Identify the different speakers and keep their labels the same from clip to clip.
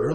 Speaker 1: You're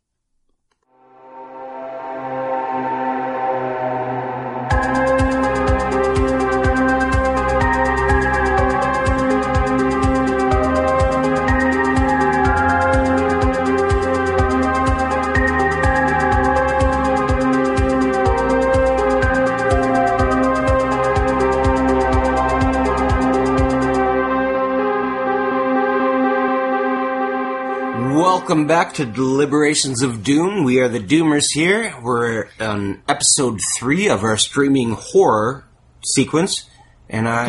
Speaker 2: Welcome back to Deliberations of Doom. We are the Doomers here. We're on episode three of our streaming horror sequence, and I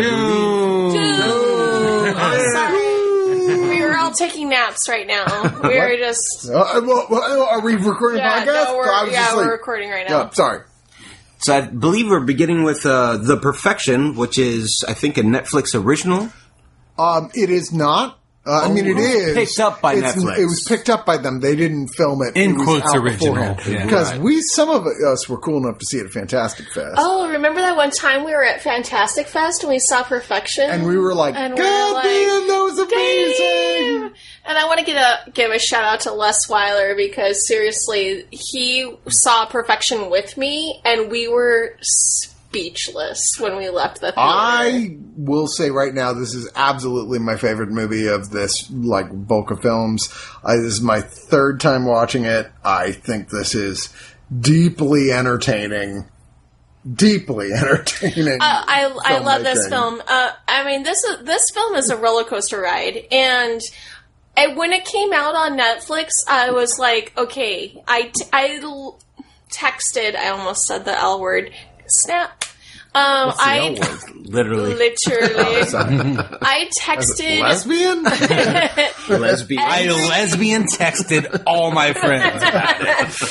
Speaker 3: We were all taking naps right now. We were just
Speaker 1: Uh, well, well, are we recording a
Speaker 3: yeah,
Speaker 1: podcast?
Speaker 3: no,
Speaker 1: So I
Speaker 3: we're,
Speaker 1: was
Speaker 3: yeah,
Speaker 1: just like-
Speaker 3: we're recording right
Speaker 1: Yeah,
Speaker 3: now.
Speaker 1: sorry.
Speaker 2: so I believe we're beginning with uh, the Perfection, which is I think a Netflix original.
Speaker 1: Um, it is not. Uh, I mean,
Speaker 4: Oh,
Speaker 1: it
Speaker 2: it was
Speaker 1: is
Speaker 2: picked up by
Speaker 1: It's-
Speaker 2: Netflix.
Speaker 1: It was picked up by them. They didn't film it.
Speaker 4: In
Speaker 1: It was
Speaker 4: quotes,
Speaker 1: out
Speaker 4: original.
Speaker 1: beforehand.
Speaker 4: Yeah.
Speaker 1: because
Speaker 4: Right.
Speaker 1: we some of us were cool enough to see it at Fantastic Fest,
Speaker 3: Oh, remember that one time we were at Fantastic Fest and we saw Perfection,
Speaker 1: and we were like,
Speaker 3: and
Speaker 1: "God
Speaker 3: we were like,
Speaker 1: damn, that was
Speaker 3: "Damn!"
Speaker 1: amazing!"
Speaker 3: And I want to get a give a shout out to Les Weiler because seriously, he saw Perfection with me, and we were speechless when we left the theater.
Speaker 1: I will say right now, this is absolutely my favorite movie of this like bulk of films. I, this is my third time watching it. I think this is deeply entertaining. Deeply entertaining.
Speaker 3: Uh, I, I love this
Speaker 1: filmmaking.
Speaker 3: film. Uh, I mean, this is this film is a roller coaster ride, and, and when it came out on Netflix, I was like, okay, I t- I l- texted. I almost said the L word. Snap. Um, I
Speaker 2: Literally
Speaker 3: literally, I texted.
Speaker 1: Lesbian?
Speaker 2: lesbian.
Speaker 4: I lesbian texted all my friends.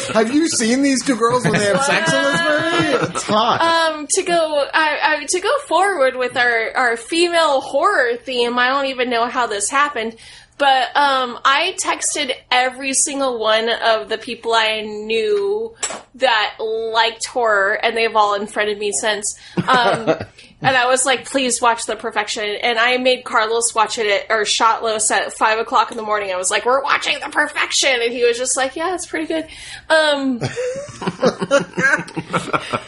Speaker 1: Have you seen these two girls when they have sex in this movie? It's hot.
Speaker 3: Um, to go, I, I, to go forward with our, our female horror theme, I don't even know how this happened, but um, I texted every single one of the people I knew that liked horror, and they've all unfriended me since. Um, and I was like, "Please watch The Perfection," and I made Carlos watch it at, or Shotlos at five o'clock in the morning. I was like, "We're watching The Perfection," and he was just like, "Yeah, it's pretty good." Um,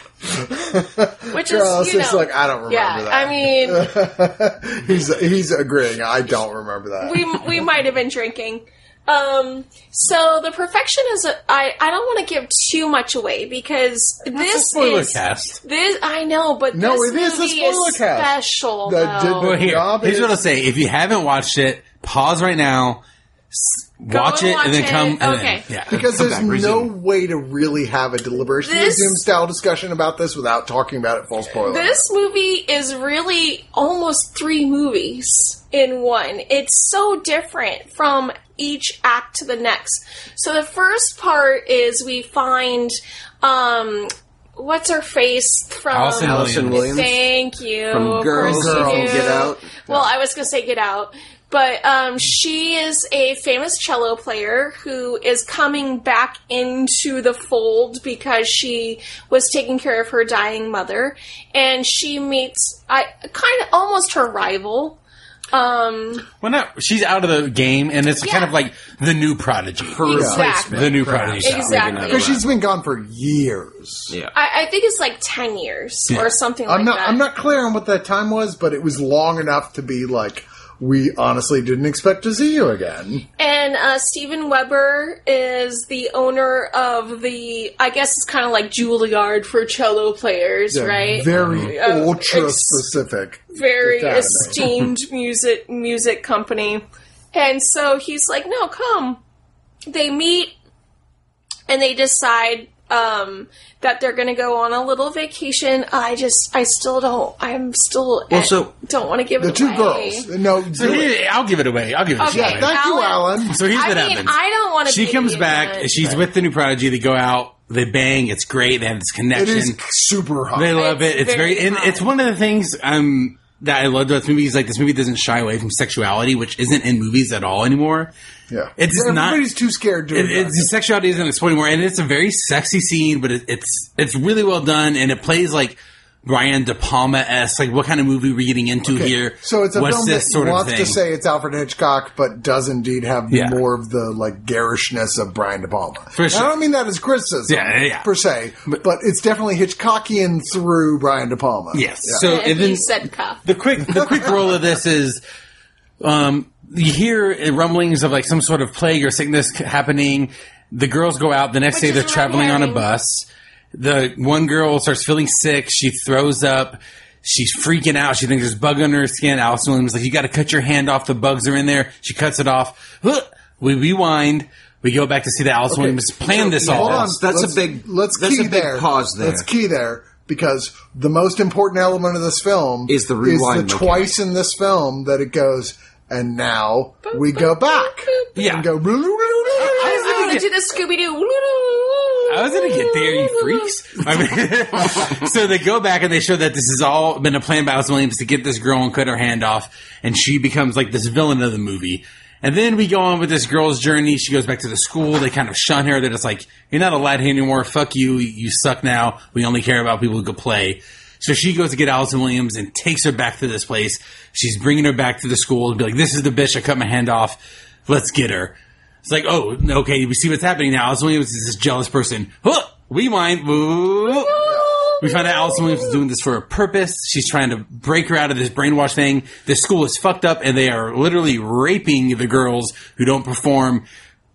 Speaker 3: which
Speaker 1: Girls,
Speaker 3: is you know,
Speaker 1: it's like I don't remember
Speaker 3: yeah,
Speaker 1: that.
Speaker 3: I mean,
Speaker 1: he's he's agreeing. I don't remember that.
Speaker 3: we we might have been drinking. Um, so the perfection is a, I I don't want to give too much away because this
Speaker 4: Spoiler
Speaker 3: is
Speaker 4: cast.
Speaker 3: this I know, but
Speaker 1: No,
Speaker 3: this
Speaker 1: it is a
Speaker 3: movie
Speaker 1: spoiler
Speaker 3: is
Speaker 1: cast.
Speaker 3: special.
Speaker 1: That
Speaker 3: though.
Speaker 1: did-
Speaker 4: Well, here,
Speaker 1: Job
Speaker 4: here's
Speaker 1: is-
Speaker 4: what I'll say: if you haven't watched it, pause right now, s- watch
Speaker 3: and
Speaker 4: it,
Speaker 3: watch
Speaker 4: and then
Speaker 3: it.
Speaker 4: come. And
Speaker 3: Okay.
Speaker 4: Then, yeah.
Speaker 1: Because there's
Speaker 2: Back, resume.
Speaker 1: no way to really have a deliberation
Speaker 3: This-
Speaker 1: Zoom style discussion about this without talking about it full spoiler.
Speaker 3: This movie is really almost three movies in one. It's so different from each act to the next. So the first part is we find um what's her face from
Speaker 4: Allison
Speaker 2: Allison Williams
Speaker 3: Thank you.
Speaker 2: from
Speaker 3: Oh, Of
Speaker 2: Girls,
Speaker 3: course you
Speaker 2: and
Speaker 3: do.
Speaker 2: Get Out.
Speaker 3: Well, I was going to say Get Out. But um, she is a famous cello player who is coming back into the fold because she was taking care of her dying mother. And she meets I kind of almost her rival. Um,
Speaker 4: Well, not she's out of the game, and it's kind of like the new prodigy, her
Speaker 3: Exactly.
Speaker 4: the new prodigy.
Speaker 3: Exactly.
Speaker 1: because she's been gone for years.
Speaker 2: Yeah.
Speaker 3: I, I think it's like 10 years
Speaker 4: Yeah.
Speaker 3: or something
Speaker 1: I'm
Speaker 3: like
Speaker 1: not
Speaker 3: that.
Speaker 1: I'm not clear on what that time was, but it was long enough to be like we honestly didn't expect to see you again.
Speaker 3: And uh, Steven Weber is the owner of the, I guess it's kind of like Juilliard for cello players,
Speaker 1: Yeah,
Speaker 3: right?
Speaker 1: Very
Speaker 3: Uh,
Speaker 1: ultra
Speaker 3: ex-
Speaker 1: specific.
Speaker 3: very
Speaker 1: Academy.
Speaker 3: esteemed music music company. And so he's like, "No, come." They meet and they decide um, that they're going to go on a little vacation. I just, I still don't. I'm still
Speaker 2: Well, so-
Speaker 3: don't want to give
Speaker 1: The
Speaker 3: it
Speaker 1: two
Speaker 3: away.
Speaker 1: girls. No,
Speaker 4: So here- I'll give it away. I'll give it
Speaker 3: Okay.
Speaker 4: away.
Speaker 1: yeah, thank you,
Speaker 3: Alan-
Speaker 1: Alan.
Speaker 4: So here's
Speaker 3: I
Speaker 4: what
Speaker 3: mean,
Speaker 4: happens.
Speaker 3: I don't want to.
Speaker 4: she comes back. She's with the new prodigy. They go out. They bang. It's great. They have this
Speaker 1: It
Speaker 4: connection.
Speaker 1: is super hot.
Speaker 4: They love
Speaker 3: It's
Speaker 4: it. It's
Speaker 3: very
Speaker 4: very, and
Speaker 3: hot.
Speaker 4: it's one of the things I'm that I loved about this movie is like this movie doesn't shy away from sexuality, which isn't in movies at all anymore.
Speaker 1: Yeah,
Speaker 4: It's
Speaker 1: everybody's
Speaker 4: not-
Speaker 1: too scared to.
Speaker 4: It, it's, the sexuality isn't explored anymore, and it's a very sexy scene, but it, it's it's really well done, and it plays like Brian De Palma esque. Like, what kind of movie we're getting into
Speaker 1: Okay,
Speaker 4: here?
Speaker 1: So it's a
Speaker 4: What's
Speaker 1: film
Speaker 4: this
Speaker 1: that
Speaker 4: sort of
Speaker 1: wants
Speaker 4: thing?
Speaker 1: to say it's Alfred Hitchcock, but does indeed have
Speaker 4: Yeah.
Speaker 1: more of the like garishness of Brian De Palma.
Speaker 4: For sure.
Speaker 1: I don't mean that as criticism,
Speaker 4: Yeah, yeah, yeah.
Speaker 1: per se, but,
Speaker 4: But-
Speaker 1: it's definitely Hitchcockian through Brian De Palma.
Speaker 4: yes.
Speaker 1: Yeah.
Speaker 4: So
Speaker 3: if
Speaker 4: and then-
Speaker 3: you said cuff.
Speaker 4: the quick the quick roll of this is um, you hear rumblings of like some sort of plague or sickness c- happening. The girls go out the next
Speaker 3: Which
Speaker 4: day.
Speaker 3: is
Speaker 4: They're
Speaker 3: red
Speaker 4: traveling on a
Speaker 3: herring.
Speaker 4: bus. The one girl starts feeling sick. She throws up. She's freaking out. She thinks there's bug under her skin. Allison Williams is like, "You got to cut your hand off. The bugs are in there." She cuts it off. Huh! We rewind. We go back to see that Allison Williams planned this all.
Speaker 1: Hold on,
Speaker 2: that's a
Speaker 1: let's-
Speaker 2: big-
Speaker 1: Let's
Speaker 2: that's
Speaker 1: key
Speaker 2: a big
Speaker 1: there.
Speaker 2: pause there.
Speaker 1: Let's key there because the most important element of this film
Speaker 2: Is the rewind
Speaker 1: Is the
Speaker 2: mechanic.
Speaker 1: twice in this film that it goes, and now we go back
Speaker 4: Yeah.
Speaker 1: and go.
Speaker 3: I was
Speaker 4: gonna
Speaker 3: going to
Speaker 4: get-
Speaker 3: do the Scooby Doo.
Speaker 4: I was gonna get there, you freaks. I mean, so they go back and they show that this has all been a plan by Alice Williams to get this girl and cut her hand off, and she becomes like this villain of the movie. And then we go on with this girl's journey. She goes back to the school. They kind of shun her. They're just like, "You're not allowed here anymore. Fuck you. You suck now. We only care about people who can play." So she goes to get Allison Williams and takes her back to this place. She's bringing her back to the school and be like, "This is the bitch. I cut my hand off. Let's get her." It's like, oh, okay, we see what's happening now. Alice Williams is this jealous person. Huh! Rewind. Woo! We find out Alice Williams is doing this for a purpose. She's trying to break her out of this brainwash thing. The school is fucked up, and they are literally raping the girls who don't perform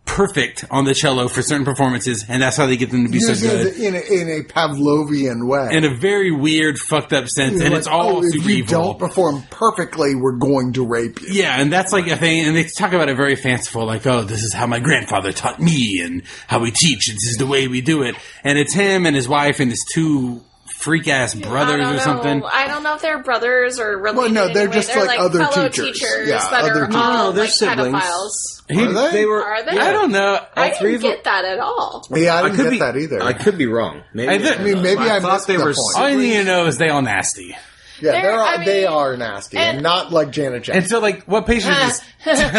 Speaker 4: perfect on the cello for certain performances, and that's how they get them to be so
Speaker 1: Using
Speaker 4: good.
Speaker 1: it in a, in a Pavlovian way.
Speaker 4: In a very weird, fucked up sense, and
Speaker 1: Like,
Speaker 4: it's all
Speaker 1: oh, if
Speaker 4: super
Speaker 1: you
Speaker 4: evil.
Speaker 1: don't perform perfectly, we're going to rape you.
Speaker 4: Yeah, and that's like a thing, and they talk about it very fanciful, like, oh, this is how my grandfather taught me, and how we teach, and this is the way we do it. And it's him and his wife and his two freak ass brothers
Speaker 3: I
Speaker 4: or
Speaker 3: don't
Speaker 4: something.
Speaker 3: know. I don't know if they're brothers or related.
Speaker 1: Well, no,
Speaker 3: in
Speaker 1: they're
Speaker 3: any way.
Speaker 1: just like other
Speaker 3: fellow
Speaker 1: teachers.
Speaker 3: teachers,
Speaker 1: Yeah,
Speaker 3: that
Speaker 1: other
Speaker 3: are
Speaker 1: teachers.
Speaker 3: all
Speaker 2: No, they're
Speaker 3: like
Speaker 2: siblings.
Speaker 3: pedophiles.
Speaker 4: He-
Speaker 1: Are they?
Speaker 2: were.
Speaker 3: Are they?
Speaker 4: I don't know. All
Speaker 3: I
Speaker 4: three
Speaker 3: didn't
Speaker 4: of them-
Speaker 3: get that at all.
Speaker 1: Yeah, I
Speaker 2: I
Speaker 1: didn't
Speaker 2: could
Speaker 1: get
Speaker 2: be
Speaker 1: that either.
Speaker 2: I could be wrong. Maybe.
Speaker 4: I thi- I mean,
Speaker 1: maybe I
Speaker 2: thought
Speaker 1: missed
Speaker 2: they
Speaker 1: the
Speaker 2: were.
Speaker 1: point.
Speaker 4: all
Speaker 2: siblings.
Speaker 4: I need to know is they all nasty.
Speaker 1: yeah,
Speaker 3: They're-
Speaker 1: they're, all-
Speaker 3: I mean-
Speaker 1: they are nasty and,
Speaker 3: and-
Speaker 1: not like Janet Jackson.
Speaker 4: And so, like, what patient is this?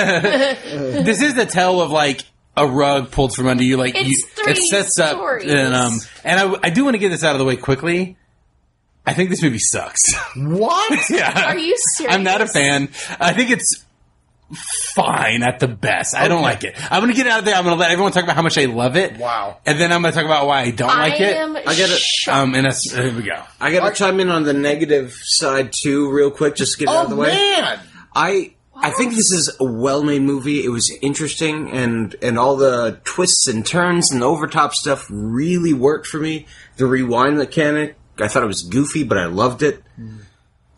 Speaker 4: this is the tell of like a rug pulled from under you. Like,
Speaker 3: It's
Speaker 4: you,
Speaker 3: three
Speaker 4: it sets up,
Speaker 3: stories.
Speaker 4: and um, and I, I do want to get this out of the way quickly. I think this movie sucks.
Speaker 1: what?
Speaker 4: yeah,
Speaker 3: Are you serious?
Speaker 4: I'm not a fan. I think it's fine at the best. I don't like it. I'm going to get it out of there. I'm going to let everyone talk about how much I love it.
Speaker 1: Wow.
Speaker 4: And then I'm going to talk about why I don't
Speaker 3: I
Speaker 4: like it.
Speaker 3: am
Speaker 2: I get it.
Speaker 3: shocked.
Speaker 4: Um, and that's, uh, here we go.
Speaker 2: I gotta chime in on the negative side too, real quick, just to get it out
Speaker 1: Oh
Speaker 2: of the way.
Speaker 1: man!
Speaker 2: I I think this is a well-made movie. It was interesting, and and all the twists and turns and the overtop stuff really worked for me. The rewind mechanic, I thought it was goofy, but I loved it.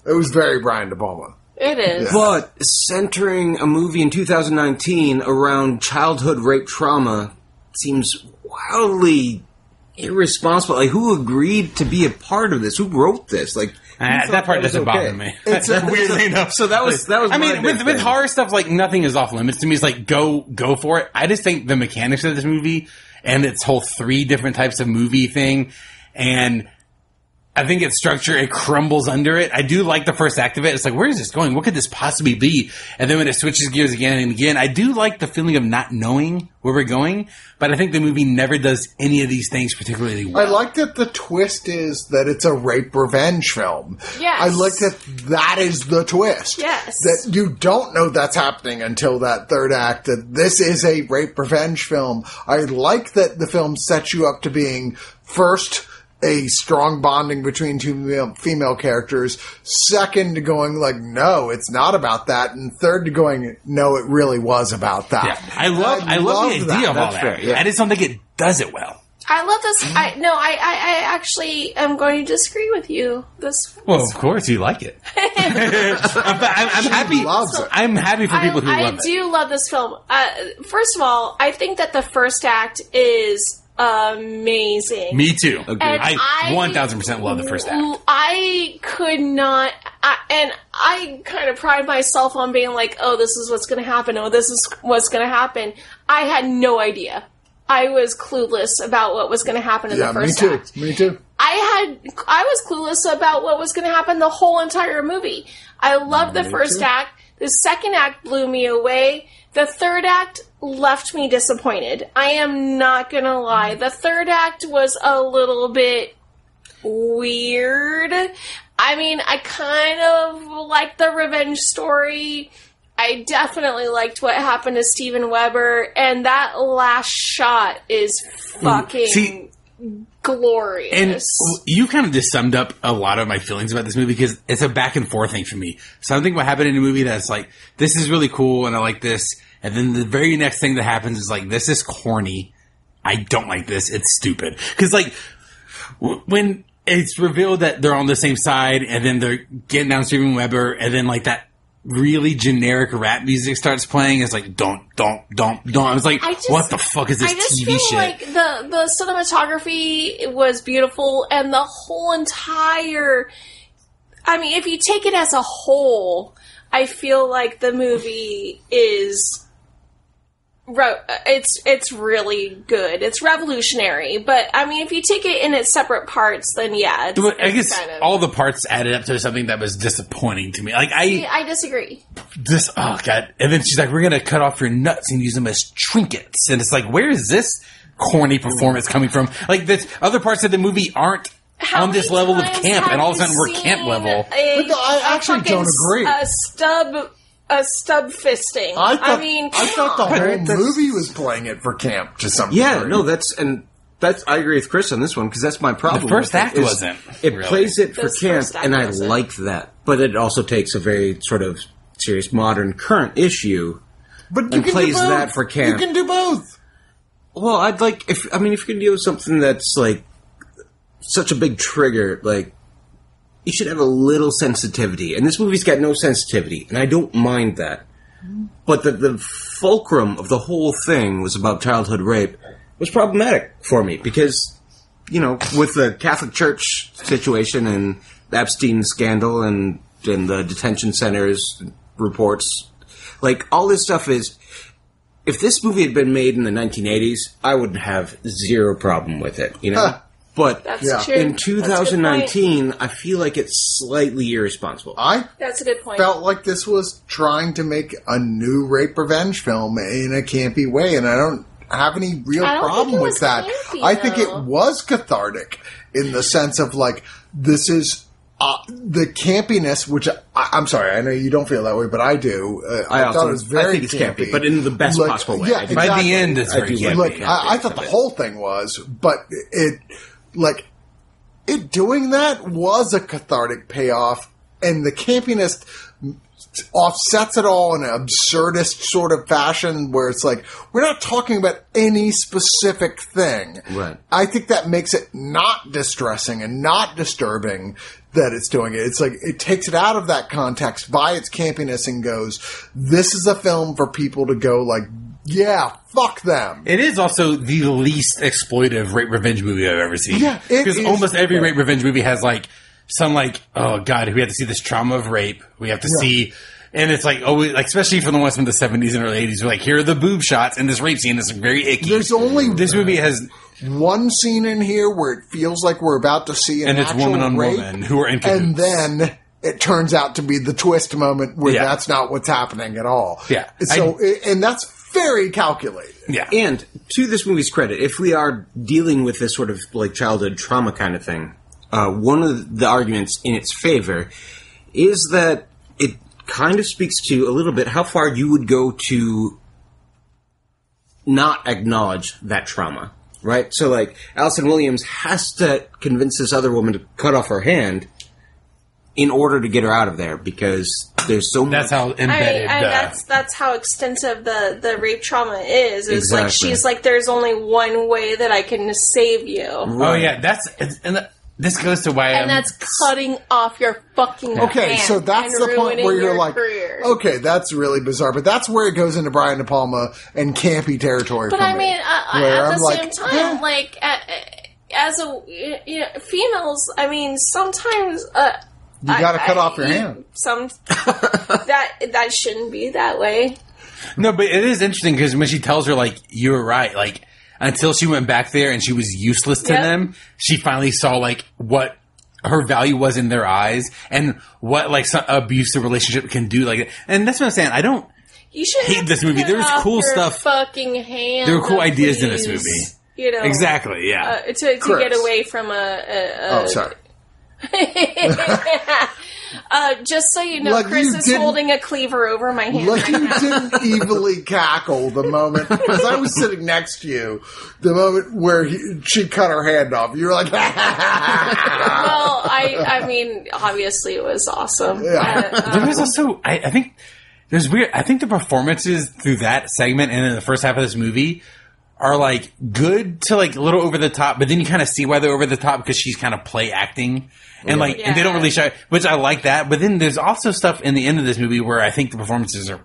Speaker 1: It was very Brian De Palma.
Speaker 3: It is.
Speaker 2: But centering a movie in 2019 around childhood rape trauma seems wildly irresponsible. Like, who agreed to be a part of this? Who wrote this? Like, who
Speaker 4: Ah,
Speaker 2: thought
Speaker 4: that part
Speaker 2: was
Speaker 4: doesn't
Speaker 2: okay?
Speaker 4: bother me.
Speaker 2: It's
Speaker 4: Weirdly enough.
Speaker 2: So that was that was.
Speaker 4: I
Speaker 2: my
Speaker 4: mean,
Speaker 2: big
Speaker 4: with, with
Speaker 2: thing.
Speaker 4: horror stuff, like nothing is off limits to me. It's like go go for it. I just think the mechanics of this movie and its whole three different types of movie thing, and I think its structure it crumbles under it. I do like the first act of it. It's like where is this going? What could this possibly be? And then when it switches gears again and again, I do like the feeling of not knowing where we're going. But I think the movie never does any of these things particularly well.
Speaker 1: I like that the twist is that it's a rape revenge film.
Speaker 3: Yes.
Speaker 1: I like that that is the twist.
Speaker 3: Yes.
Speaker 1: That you don't know that's happening until that third act, that this is a rape revenge film. I like that the film sets you up to being first, a strong bonding between two male, female characters. Second, to going like, no, it's not about that. And third, to going, no, it really was about that.
Speaker 4: Yeah. I love I, love, the idea
Speaker 1: that.
Speaker 4: of all
Speaker 2: That's fair,
Speaker 4: that.
Speaker 2: yeah.
Speaker 4: I just don't think it does it well.
Speaker 3: I love this. I no. I, I I actually am going to disagree with you. This.
Speaker 4: Well, of course you like it. I'm, I'm- I'm happy.
Speaker 1: loves it.
Speaker 4: I'm happy for
Speaker 3: I,
Speaker 4: people who
Speaker 3: I
Speaker 4: love it.
Speaker 3: do love this film. Uh, first of all, I think that the first act is amazing.
Speaker 4: Me too.
Speaker 2: And
Speaker 4: I,
Speaker 3: I-
Speaker 4: 1000% love the first act.
Speaker 3: I could not, I, and I kind of pride myself on being like, oh, this is what's going to happen. Oh, this is what's going to happen. I had no idea. I was clueless about what was going to happen in
Speaker 1: Yeah,
Speaker 3: the
Speaker 1: me
Speaker 3: first
Speaker 1: too.
Speaker 3: act.
Speaker 1: Me too.
Speaker 3: I I had I was clueless about what was going to happen the whole entire movie. I loved the first act. The second act blew me away. The third act left me disappointed. I am not going to lie. The third act was a little bit weird. I mean, I kind of liked the revenge story. I definitely liked what happened to Steven Weber, and that last shot is fucking
Speaker 4: Mm, See,
Speaker 3: glorious.
Speaker 4: And you kind of just summed up a lot of my feelings about this movie because it's a back and forth thing for me. Something will happen in a movie that's like, this is really cool and I like this. And then the very next thing that happens is like, this is corny. I don't like this. It's stupid. Cause like, w- when it's revealed that they're on the same side and then they're getting down Steven Weber and then like that really generic rap music starts playing, it's like, don't, don't, don't, don't. I was like,
Speaker 3: I just-
Speaker 4: what the fuck is this
Speaker 3: I just
Speaker 4: TV
Speaker 3: feel
Speaker 4: shit?
Speaker 3: like the the cinematography was beautiful, and the whole entire. I mean, if you take it as a whole, I feel like the movie is. ro- It's it's really good. It's revolutionary, but I mean, if you take it in its separate parts, then yeah, it's,
Speaker 4: But I
Speaker 3: it's
Speaker 4: guess
Speaker 3: kind of-
Speaker 4: all the parts added up to something that was disappointing to me. Like I
Speaker 3: I disagree.
Speaker 4: just oh god. And then she's like, "We're gonna cut off your nuts and use them as trinkets." And it's like, where is this corny performance coming from? Like the other parts of the movie aren't
Speaker 3: How
Speaker 4: on this
Speaker 3: many
Speaker 4: level of
Speaker 3: times
Speaker 4: camp,
Speaker 3: have
Speaker 4: and all of a
Speaker 3: you
Speaker 4: sudden we're camp
Speaker 3: seen
Speaker 4: level.
Speaker 3: a-
Speaker 1: But no, I
Speaker 3: a
Speaker 1: actually
Speaker 3: fucking
Speaker 1: don't agree.
Speaker 3: s- A stub, a stub fisting. I,
Speaker 1: thought,
Speaker 3: mean,
Speaker 1: I thought the
Speaker 3: come on.
Speaker 1: whole
Speaker 2: That's-
Speaker 1: movie was playing it for camp to some
Speaker 2: Yeah,
Speaker 1: degree.
Speaker 2: no, that's and that's I agree with Chris on this one because that's my problem.
Speaker 4: The first
Speaker 2: with it,
Speaker 4: act
Speaker 2: is
Speaker 4: wasn't,
Speaker 2: It
Speaker 4: really.
Speaker 2: plays it for
Speaker 3: This
Speaker 2: camp,
Speaker 3: first act
Speaker 2: and I
Speaker 3: wasn't.
Speaker 2: like that, but it also takes a very sort of serious modern current issue.
Speaker 1: but you
Speaker 2: and
Speaker 1: can do
Speaker 2: plays
Speaker 1: both.
Speaker 2: that for camp.
Speaker 1: You can do both.
Speaker 2: Well, I'd like if I mean if you can deal with something that's like such a big trigger, like you should have a little sensitivity, and this movie's got no sensitivity, and I don't mind that. But the, the fulcrum of the whole thing was about childhood rape was problematic for me because you know with the Catholic Church situation and the Epstein scandal and and the detention centers reports, like all this stuff is if this movie had been made in the 1980s, I would have zero problem with it, you know.
Speaker 1: Huh.
Speaker 2: But
Speaker 3: That's
Speaker 1: Yeah.
Speaker 3: true.
Speaker 2: in
Speaker 3: That's a good point.
Speaker 2: 2019, I feel like it's slightly irresponsible.
Speaker 1: I
Speaker 3: That's a good point.
Speaker 1: felt like this was trying to make a new rape revenge film in a campy way, and I don't have any real
Speaker 3: I don't
Speaker 1: problem
Speaker 3: think it
Speaker 1: with
Speaker 3: was
Speaker 1: that.
Speaker 3: campy,
Speaker 1: I think
Speaker 3: though.
Speaker 1: it was cathartic in the sense of like this is. Uh, the campiness, which I, I'm sorry, I know you don't feel that way, but I do. Uh, I,
Speaker 2: I also-
Speaker 1: thought it was very
Speaker 2: I think it's campy, but in the best possible way.
Speaker 1: Yeah,
Speaker 2: I do.
Speaker 4: By
Speaker 1: exactly.
Speaker 4: the end, it's
Speaker 2: I do
Speaker 4: very
Speaker 2: like
Speaker 4: campy.
Speaker 1: Look,
Speaker 2: Yeah,
Speaker 1: I, I
Speaker 2: yeah,
Speaker 1: thought the
Speaker 2: yeah.
Speaker 1: whole thing was, but it, like, it doing that was a cathartic payoff, and the campiness offsets it all in an absurdist sort of fashion where it's like, we're not talking about any specific thing.
Speaker 2: Right.
Speaker 1: I think that makes it not distressing and not disturbing that it's doing it. It's like it takes it out of that context by its campiness and goes, this is a film for people to go like, yeah, fuck them.
Speaker 4: It is also the least exploitive rape revenge movie I've ever seen.
Speaker 1: Yeah, it
Speaker 4: because
Speaker 1: is-
Speaker 4: almost every rape revenge movie has like some like oh god, we have to see this trauma of rape. We have to see, and it's like oh, like especially for the ones from the seventies and early eighties, we're like here are the boob shots and this rape scene is very icky.
Speaker 1: There's only
Speaker 4: this movie has
Speaker 1: one scene in here where it feels like we're about to see an
Speaker 4: and it's
Speaker 1: actual
Speaker 4: woman on
Speaker 1: rape,
Speaker 4: woman who are in cahoots.
Speaker 1: and then it turns out to be the twist moment where
Speaker 4: Yeah.
Speaker 1: that's not what's happening at all.
Speaker 4: Yeah.
Speaker 1: So, i and that's very calculated.
Speaker 4: yeah,
Speaker 2: And to this movie's credit, if we are dealing with this sort of like childhood trauma kind of thing, uh, one of the arguments in its favor is that it kind of speaks to a little bit how far you would go to not acknowledge that trauma, right? So, like, Allison Williams has to convince this other woman to cut off her hand in order to get her out of there because there's so much.
Speaker 4: that's how
Speaker 3: I,
Speaker 4: embedded.
Speaker 3: I,
Speaker 4: uh,
Speaker 3: that's that's how extensive the, the rape trauma is. It's like
Speaker 2: Exactly.
Speaker 3: she's like, there's only one way that I can save you,
Speaker 4: oh yeah, that's it's- and that- this goes to why I'm,
Speaker 3: and that's cutting off your fucking
Speaker 1: Okay,
Speaker 3: hand
Speaker 1: so that's
Speaker 3: and
Speaker 1: the point
Speaker 3: ruining
Speaker 1: where you're
Speaker 3: your
Speaker 1: like,
Speaker 3: career.
Speaker 1: okay, that's really bizarre, but that's where it goes into Brian De Palma and campy territory.
Speaker 3: But
Speaker 1: for
Speaker 3: I
Speaker 1: me,
Speaker 3: mean, uh,
Speaker 1: where
Speaker 3: at the
Speaker 1: I'm
Speaker 3: same
Speaker 1: like,
Speaker 3: time,
Speaker 1: eh.
Speaker 3: like a- a- as a you know, females, I mean, sometimes uh,
Speaker 1: you got to cut off your hand.
Speaker 3: Some that that shouldn't be that way.
Speaker 4: No, but it is interesting because when she tells her, like, you were right, like, until she went back there and she was useless to
Speaker 3: Yep.
Speaker 4: them. She finally saw like what her value was in their eyes and what like some abusive relationship can do. Like, and that's what I'm saying. I don't.
Speaker 3: You should
Speaker 4: Hate
Speaker 3: have
Speaker 4: this movie.
Speaker 3: cut
Speaker 4: There was
Speaker 3: off
Speaker 4: cool
Speaker 3: your
Speaker 4: stuff.
Speaker 3: Fucking hands.
Speaker 4: There were cool ideas in this
Speaker 3: please.
Speaker 4: movie.
Speaker 3: You know
Speaker 4: Exactly. Yeah.
Speaker 3: Oh. uh, to, to
Speaker 2: Correct.
Speaker 3: get away from a. a, a
Speaker 1: Oh, sorry.
Speaker 3: uh, just so you know,
Speaker 1: Look,
Speaker 3: Chris
Speaker 1: you
Speaker 3: is
Speaker 1: didn't-
Speaker 3: holding a cleaver over my hand.
Speaker 1: Look,
Speaker 3: right
Speaker 1: you
Speaker 3: now.
Speaker 1: didn't evilly cackle the moment because I was sitting next to you. The moment where he, she cut her hand off, you were like,
Speaker 3: Well, I I mean, obviously it was awesome.
Speaker 1: Yeah.
Speaker 3: Uh, uh,
Speaker 4: There was also, I, I think, there's weird. I think the performances through that segment and in the first half of this movie are like good to like a little over the top, but then you kind of see why they're over the top because she's kind of play acting and like, and they don't really show, which I like that. But then there's also stuff in the end of this movie where I think the performances are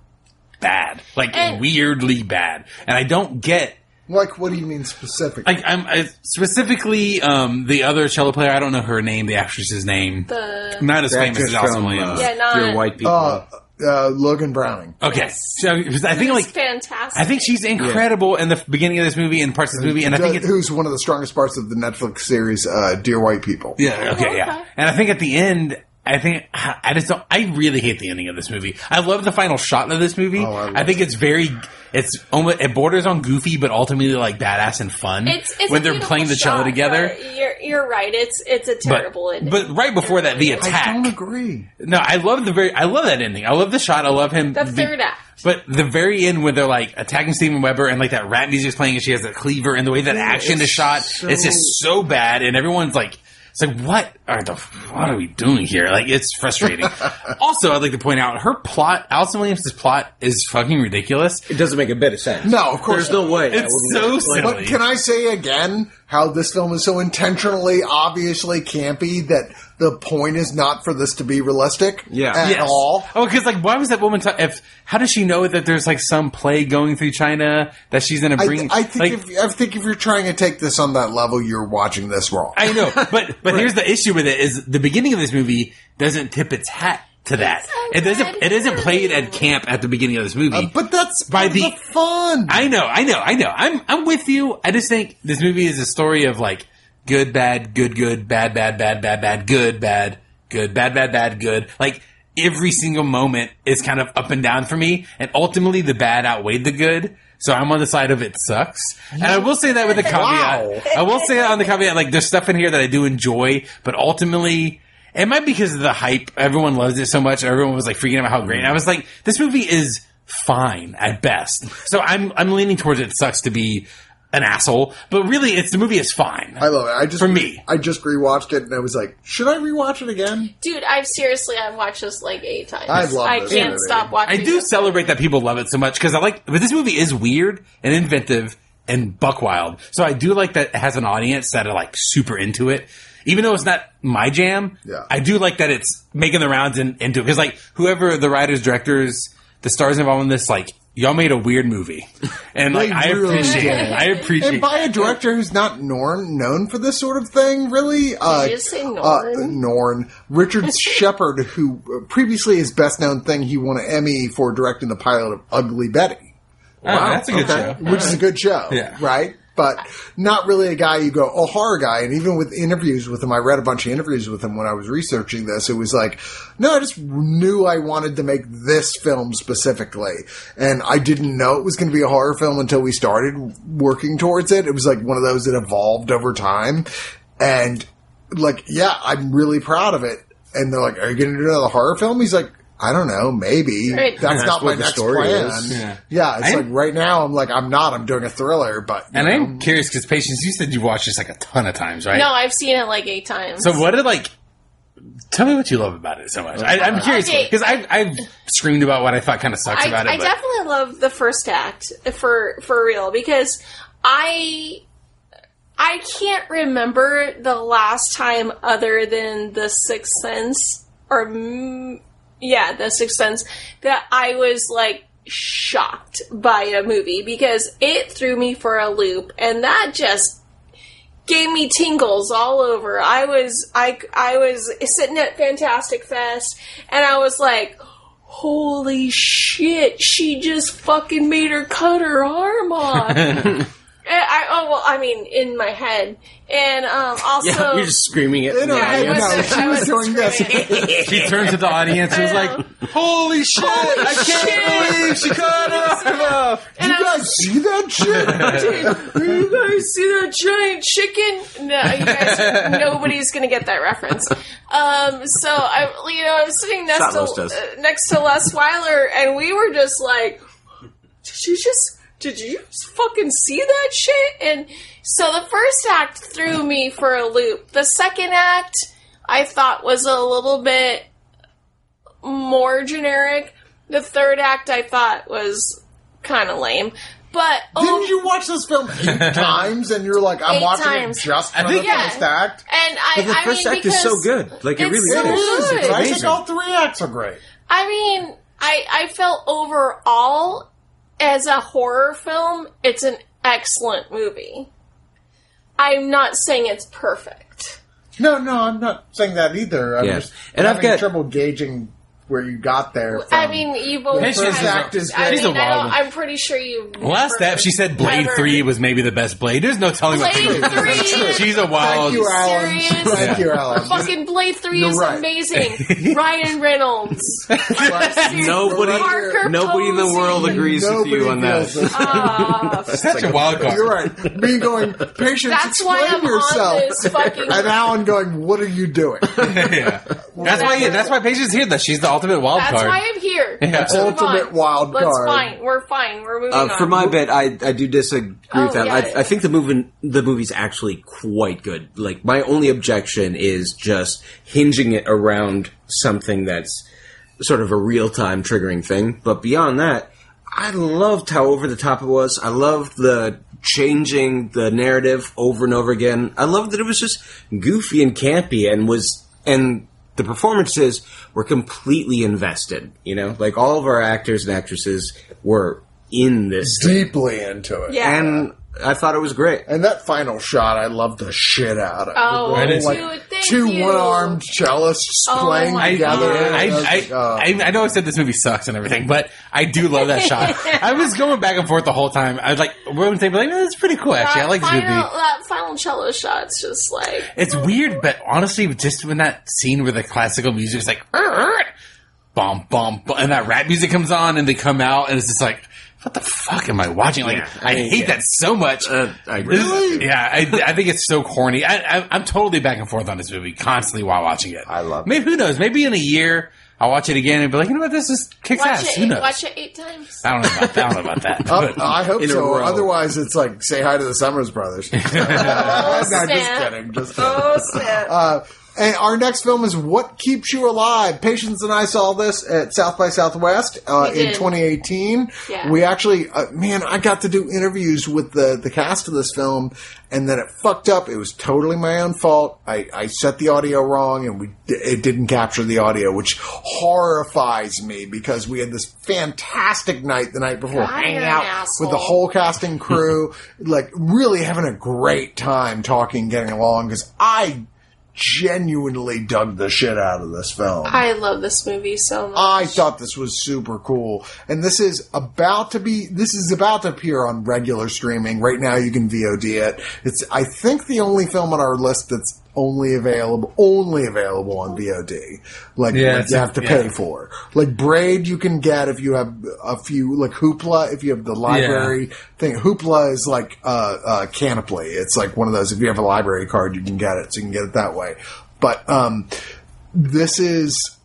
Speaker 4: bad, like
Speaker 3: And-
Speaker 4: weirdly bad, and I don't get
Speaker 1: "Like, what do you mean specifically?"
Speaker 4: like I'm I, specifically um the other cello player. I don't know her name, the actress's name.
Speaker 3: the-
Speaker 4: not as famous
Speaker 2: Actress
Speaker 4: as Allison
Speaker 2: from, uh,
Speaker 4: Williams.
Speaker 3: Yeah, not-
Speaker 2: Your white people.
Speaker 1: uh, uh, Logan Browning.
Speaker 4: Okay, so I think
Speaker 3: it was
Speaker 4: like
Speaker 3: fantastic.
Speaker 4: I think she's incredible in the beginning of this movie and parts of this movie, and I think it's
Speaker 1: who's one of the strongest parts of the Netflix series, uh, Dear White People.
Speaker 4: yeah, okay,
Speaker 3: Okay.
Speaker 4: yeah, and I think at the end. I think I just don't. I really hate the ending of this movie. I love the final shot of this movie.
Speaker 1: Oh, I love
Speaker 4: I, think it's very, it's almost it borders on goofy, but ultimately like badass and fun
Speaker 3: It's, it's
Speaker 4: when
Speaker 3: a
Speaker 4: they're
Speaker 3: beautiful
Speaker 4: playing the cello
Speaker 3: shot,
Speaker 4: together.
Speaker 3: but You're, you're right. It's it's a
Speaker 4: But,
Speaker 3: terrible ending.
Speaker 4: but right before that, the
Speaker 1: I don't
Speaker 4: attack.
Speaker 1: agree.
Speaker 4: No, I love the very. I love that ending. I love the shot. I love him.
Speaker 3: the third act.
Speaker 4: But the very end where they're like attacking Steven Weber and like that rap music's playing and she has a cleaver and the way that action is
Speaker 1: it's
Speaker 4: shot,
Speaker 1: so-
Speaker 4: it's just so bad and everyone's like, it's like what are the what are we doing here? Like it's frustrating. also, I'd like to point out her plot, Alison Williams' plot is fucking ridiculous.
Speaker 2: it doesn't make a bit of sense.
Speaker 1: No, of course
Speaker 2: There's no way. that
Speaker 4: It's
Speaker 2: would
Speaker 4: so
Speaker 2: work.
Speaker 4: silly.
Speaker 1: But can I say again how this film is so intentionally, obviously campy that the point is not for this to be realistic
Speaker 2: Yeah.
Speaker 1: at
Speaker 4: Yes.
Speaker 1: all?
Speaker 4: Oh, because like, why was that woman? T- if how does she know that there's like some plague going through China that she's gonna
Speaker 1: I,
Speaker 4: bring?
Speaker 1: I think
Speaker 4: like,
Speaker 1: if, I think if you're trying to take this on that level, you're watching this wrong.
Speaker 4: I know, but but here's the issue with it is the beginning of this movie doesn't tip its hat to that.
Speaker 3: so
Speaker 4: It doesn't. It isn't
Speaker 3: bad.
Speaker 4: played at camp at the beginning of this movie.
Speaker 1: Uh, but that's
Speaker 4: By
Speaker 1: part of
Speaker 4: the-
Speaker 1: the fun.
Speaker 4: I know, I know, I know. I'm I'm with you. I just think this movie is a story of like good, bad, good, good, bad, bad, bad, bad, bad, good, bad, good, bad, bad, bad, good. Like every single moment is kind of up and down for me, and ultimately the bad outweighed the good. So I'm on the side of it sucks, and I will say that with a caveat.
Speaker 1: Wow.
Speaker 4: I will say that on the caveat, like there's stuff in here that I do enjoy, but ultimately. It might be because of the hype. Everyone loved it so much. Everyone was like freaking out about how great. And I was like, this movie is fine at best. So I'm I'm leaning towards it sucks to be an asshole, but really, it's the movie is fine.
Speaker 1: I love it. I just
Speaker 4: For me.
Speaker 1: I just rewatched it and I was like, should I rewatch it again?
Speaker 3: Dude, I've seriously I've watched this like eight times.
Speaker 1: I love
Speaker 3: I
Speaker 1: this
Speaker 3: can't
Speaker 1: movie.
Speaker 3: stop watching.
Speaker 4: I do
Speaker 3: this.
Speaker 4: celebrate that people love it so much because I like, but this movie is weird and inventive and buck wild. So I do like that it has an audience that are like super into it. Even though it's not my jam,
Speaker 1: Yeah.
Speaker 4: I do like that it's making the rounds and into it. Because like whoever the writers, directors, the stars involved in this, like y'all made a weird movie, and like
Speaker 1: They
Speaker 4: I
Speaker 1: really
Speaker 4: appreciate
Speaker 1: did.
Speaker 4: it. I appreciate.
Speaker 1: And by a director who's not Norn, known for this sort of thing, really. Uh,
Speaker 3: you say Norn?
Speaker 1: uh, Norn. Richard Shepard, who uh, previously his best known thing, he won an Emmy for directing the pilot of Ugly Betty,
Speaker 4: Oh, that's a good show.
Speaker 1: which is a good show,
Speaker 4: Yeah.
Speaker 1: right? But not really a guy you go, oh, horror guy. And even with interviews with him, I read a bunch of interviews with him when I was researching this. It was like, no, I just knew I wanted to make this film specifically. And I didn't know it was going to be a horror film until we started working towards it. It was like one of those that evolved over time. And like, yeah, I'm really proud of it. And they're like, are you going to do another horror film? He's like, I don't know, maybe.
Speaker 3: Right.
Speaker 1: That's,
Speaker 2: That's
Speaker 1: not my
Speaker 2: what the
Speaker 1: next
Speaker 2: story
Speaker 1: plan.
Speaker 2: is.
Speaker 1: Yeah.
Speaker 4: Yeah.
Speaker 1: it's
Speaker 4: I am-
Speaker 1: like right now I'm like I'm not. I'm doing a thriller, but you
Speaker 4: And
Speaker 1: know.
Speaker 4: I'm curious because patience, you said you watched this like a ton of times, right?
Speaker 3: No, I've seen it like eight times.
Speaker 4: So what did like? Tell me what you love about it so much. I, I'm curious
Speaker 3: Okay.
Speaker 4: because I've, I've screamed about what I thought kind of sucks
Speaker 3: I,
Speaker 4: about it.
Speaker 3: I
Speaker 4: but
Speaker 3: definitely love the first act for for real because I I can't remember the last time other than the Sixth Sense or mm, yeah, the Sixth Sense that I was like shocked by a movie because it threw me for a loop and that just gave me tingles all over. I was I I was sitting at Fantastic Fest and I was like holy shit, she just fucking made her cut her arm off. Eh, I, well, I mean, in my head, and um, also.
Speaker 2: yeah, you're just screaming it.
Speaker 1: In her
Speaker 3: Yeah, I
Speaker 1: head, no,
Speaker 3: wasn't-
Speaker 1: she
Speaker 3: I
Speaker 1: was
Speaker 3: wasn't
Speaker 1: doing this.
Speaker 3: screaming.
Speaker 4: She turns to the audience and was like, "Holy shit! I can't believe she cut her arm off."
Speaker 3: And I
Speaker 1: You
Speaker 3: was
Speaker 1: guys see that shit?
Speaker 3: you guys see that giant chicken? No, you guys, nobody's gonna get that reference. Um, so I, you know, I'm sitting next
Speaker 2: Shotlos
Speaker 3: to
Speaker 2: does.
Speaker 3: uh, next to Les Weiler, and we were just like, "Did you just? Did you just fucking see that shit?" And so the first act threw me for a loop. The second act, I thought was a little bit more generic. The third act, I thought was kind of lame. But
Speaker 1: Didn't you watch this film eight times and you're like, I'm
Speaker 3: Eight
Speaker 1: watching
Speaker 3: times.
Speaker 1: it just for the
Speaker 4: think-
Speaker 3: Yeah.
Speaker 1: first act?
Speaker 3: And I,
Speaker 2: But the
Speaker 3: I
Speaker 2: first
Speaker 3: mean,
Speaker 2: act is so
Speaker 3: because
Speaker 2: good. Like, it
Speaker 3: it's
Speaker 2: really
Speaker 3: so
Speaker 1: It
Speaker 2: is.
Speaker 1: is.
Speaker 3: good.
Speaker 1: It's I think
Speaker 2: amazing.
Speaker 1: all three acts are great.
Speaker 3: I mean, I I felt overall as a horror film, it's an excellent movie. I'm not saying it's perfect.
Speaker 1: No, no, I'm not saying that either. I'm
Speaker 2: Yeah.
Speaker 1: just
Speaker 2: And I've
Speaker 1: having
Speaker 2: got-
Speaker 1: trouble gauging where you got there. From.
Speaker 2: Um,
Speaker 3: I mean, you both.
Speaker 1: Patience
Speaker 3: had-
Speaker 1: is a- Act is
Speaker 3: I
Speaker 1: great.
Speaker 3: mean,
Speaker 4: she's a
Speaker 3: I
Speaker 4: wild
Speaker 3: don't,
Speaker 4: one.
Speaker 3: I'm pretty sure you.
Speaker 4: Last
Speaker 3: never-
Speaker 4: step, she said Blade
Speaker 3: Never-
Speaker 4: 3 was maybe the best Blade. There's no telling what
Speaker 3: Blade
Speaker 4: Blade
Speaker 3: 3.
Speaker 4: She's a
Speaker 1: thank
Speaker 4: wild.
Speaker 1: you, Alan.
Speaker 3: serious?
Speaker 1: Thank you, Alan.
Speaker 3: Fucking Blade 3
Speaker 1: You're
Speaker 3: is
Speaker 1: right.
Speaker 3: amazing. Ryan Reynolds.
Speaker 2: Nobody,
Speaker 3: Parker
Speaker 2: nobody in the world
Speaker 3: Posey.
Speaker 2: agrees with you on
Speaker 1: feels
Speaker 2: that.
Speaker 1: this.
Speaker 3: Ah,
Speaker 4: Such a wild card.
Speaker 1: You're right. Me going, patience,
Speaker 3: that's
Speaker 1: explain
Speaker 3: why I'm
Speaker 1: yourself.
Speaker 3: on this fucking
Speaker 1: And Alan going, what are you doing?
Speaker 4: yeah. That's why. That's why Paige is here. That she's the ultimate wild
Speaker 3: That's
Speaker 4: card.
Speaker 3: why I'm here.
Speaker 4: Yeah.
Speaker 3: Let's move
Speaker 1: Ultimate
Speaker 3: on.
Speaker 1: wild
Speaker 3: Let's
Speaker 1: card.
Speaker 3: fine. We're fine. We're moving
Speaker 2: Uh,
Speaker 3: on.
Speaker 2: for my bit, I, I do disagree
Speaker 3: Oh,
Speaker 2: with that.
Speaker 3: yeah.
Speaker 2: I, I think the movie the movie's actually quite good. Like my only objection is just hinging it around something that's sort of a real time triggering thing. But beyond that, I loved how over the top it was. I loved the changing the narrative over and over again. I loved that it was just goofy and campy and was and the performances were completely invested. You know, like all of our actors and actresses were in this thing.
Speaker 1: Deeply into it.
Speaker 3: yeah.
Speaker 2: and I thought it was great.
Speaker 1: And that final shot, I loved the shit out of.
Speaker 3: Oh,
Speaker 1: With the
Speaker 4: That is-
Speaker 1: little,
Speaker 3: dude, thank
Speaker 1: two
Speaker 3: you.
Speaker 1: one-armed cellists
Speaker 3: Oh
Speaker 1: playing
Speaker 3: my
Speaker 1: together.
Speaker 3: God.
Speaker 1: And
Speaker 4: I,
Speaker 1: I was
Speaker 4: I,
Speaker 1: like, oh.
Speaker 4: I, I know I said this movie sucks and everything, but I do love that shot. I was going back and forth the whole time. I was like, we're on the like, that's pretty cool, actually. I like this
Speaker 3: final,
Speaker 4: movie.
Speaker 3: That final cello shot's just like
Speaker 4: It's weird, but honestly, just when that scene where the classical music is like, "Arr, bomb, bomb, bomb, and that rap music comes on and they come out and it's just like, what the fuck am I watching? Like,
Speaker 2: Yeah,
Speaker 4: I,
Speaker 2: I-
Speaker 4: hate
Speaker 2: yeah.
Speaker 4: that so much.
Speaker 2: Uh, I agree.
Speaker 4: This is- yeah, I, I think it's so corny. I, I, I'm totally back and forth on this movie constantly while watching it.
Speaker 1: I love it.
Speaker 4: Maybe who knows? Maybe in a year I'll watch it again and be like, you know what? This is kicks
Speaker 3: watch
Speaker 4: ass.
Speaker 3: it.
Speaker 4: Who knows?
Speaker 3: Watch it eight times.
Speaker 4: I don't know about that. I don't know about that.
Speaker 1: Up-
Speaker 4: But-
Speaker 1: I hope
Speaker 2: in a
Speaker 1: so.
Speaker 2: row.
Speaker 1: Otherwise, it's like say hi to the Summers Brothers. no, just
Speaker 3: snap.
Speaker 1: kidding. Just kidding.
Speaker 3: Oh snap!
Speaker 1: Uh, and our next film is What Keeps You Alive. Patience and I saw this at South by Southwest uh,
Speaker 3: We
Speaker 1: in
Speaker 3: did.
Speaker 1: 2018.
Speaker 3: Yeah.
Speaker 1: We actually, uh, man, I got to do interviews with the, the cast of this film, and then it fucked up. It was totally my own fault. I, I set the audio wrong, and we it didn't capture the audio, which horrifies me because we had this fantastic night the night before,
Speaker 3: God,
Speaker 1: hanging
Speaker 3: you're an
Speaker 1: out with the whole
Speaker 3: asshole.
Speaker 1: whole casting crew, like really having a great time talking, getting along because I genuinely dug the shit out of this film. I,
Speaker 3: I love this movie so
Speaker 1: Uh,
Speaker 3: much.
Speaker 1: thought this was super cool, and this is about to be this is about to appear on regular streaming right now. You can VOD it. It's I think the only film on our list that's only available only available on VOD. Like
Speaker 4: Yeah,
Speaker 1: like
Speaker 4: it's
Speaker 1: you
Speaker 4: a-
Speaker 1: have to
Speaker 4: yeah.
Speaker 1: pay for. Like Braid you can get if you have a few like Hoopla if you have the library thing. Hoopla is like uh, uh, Canopy. It's like one of those. If you have a library card, you can get it, so you can get it that way. But um, this is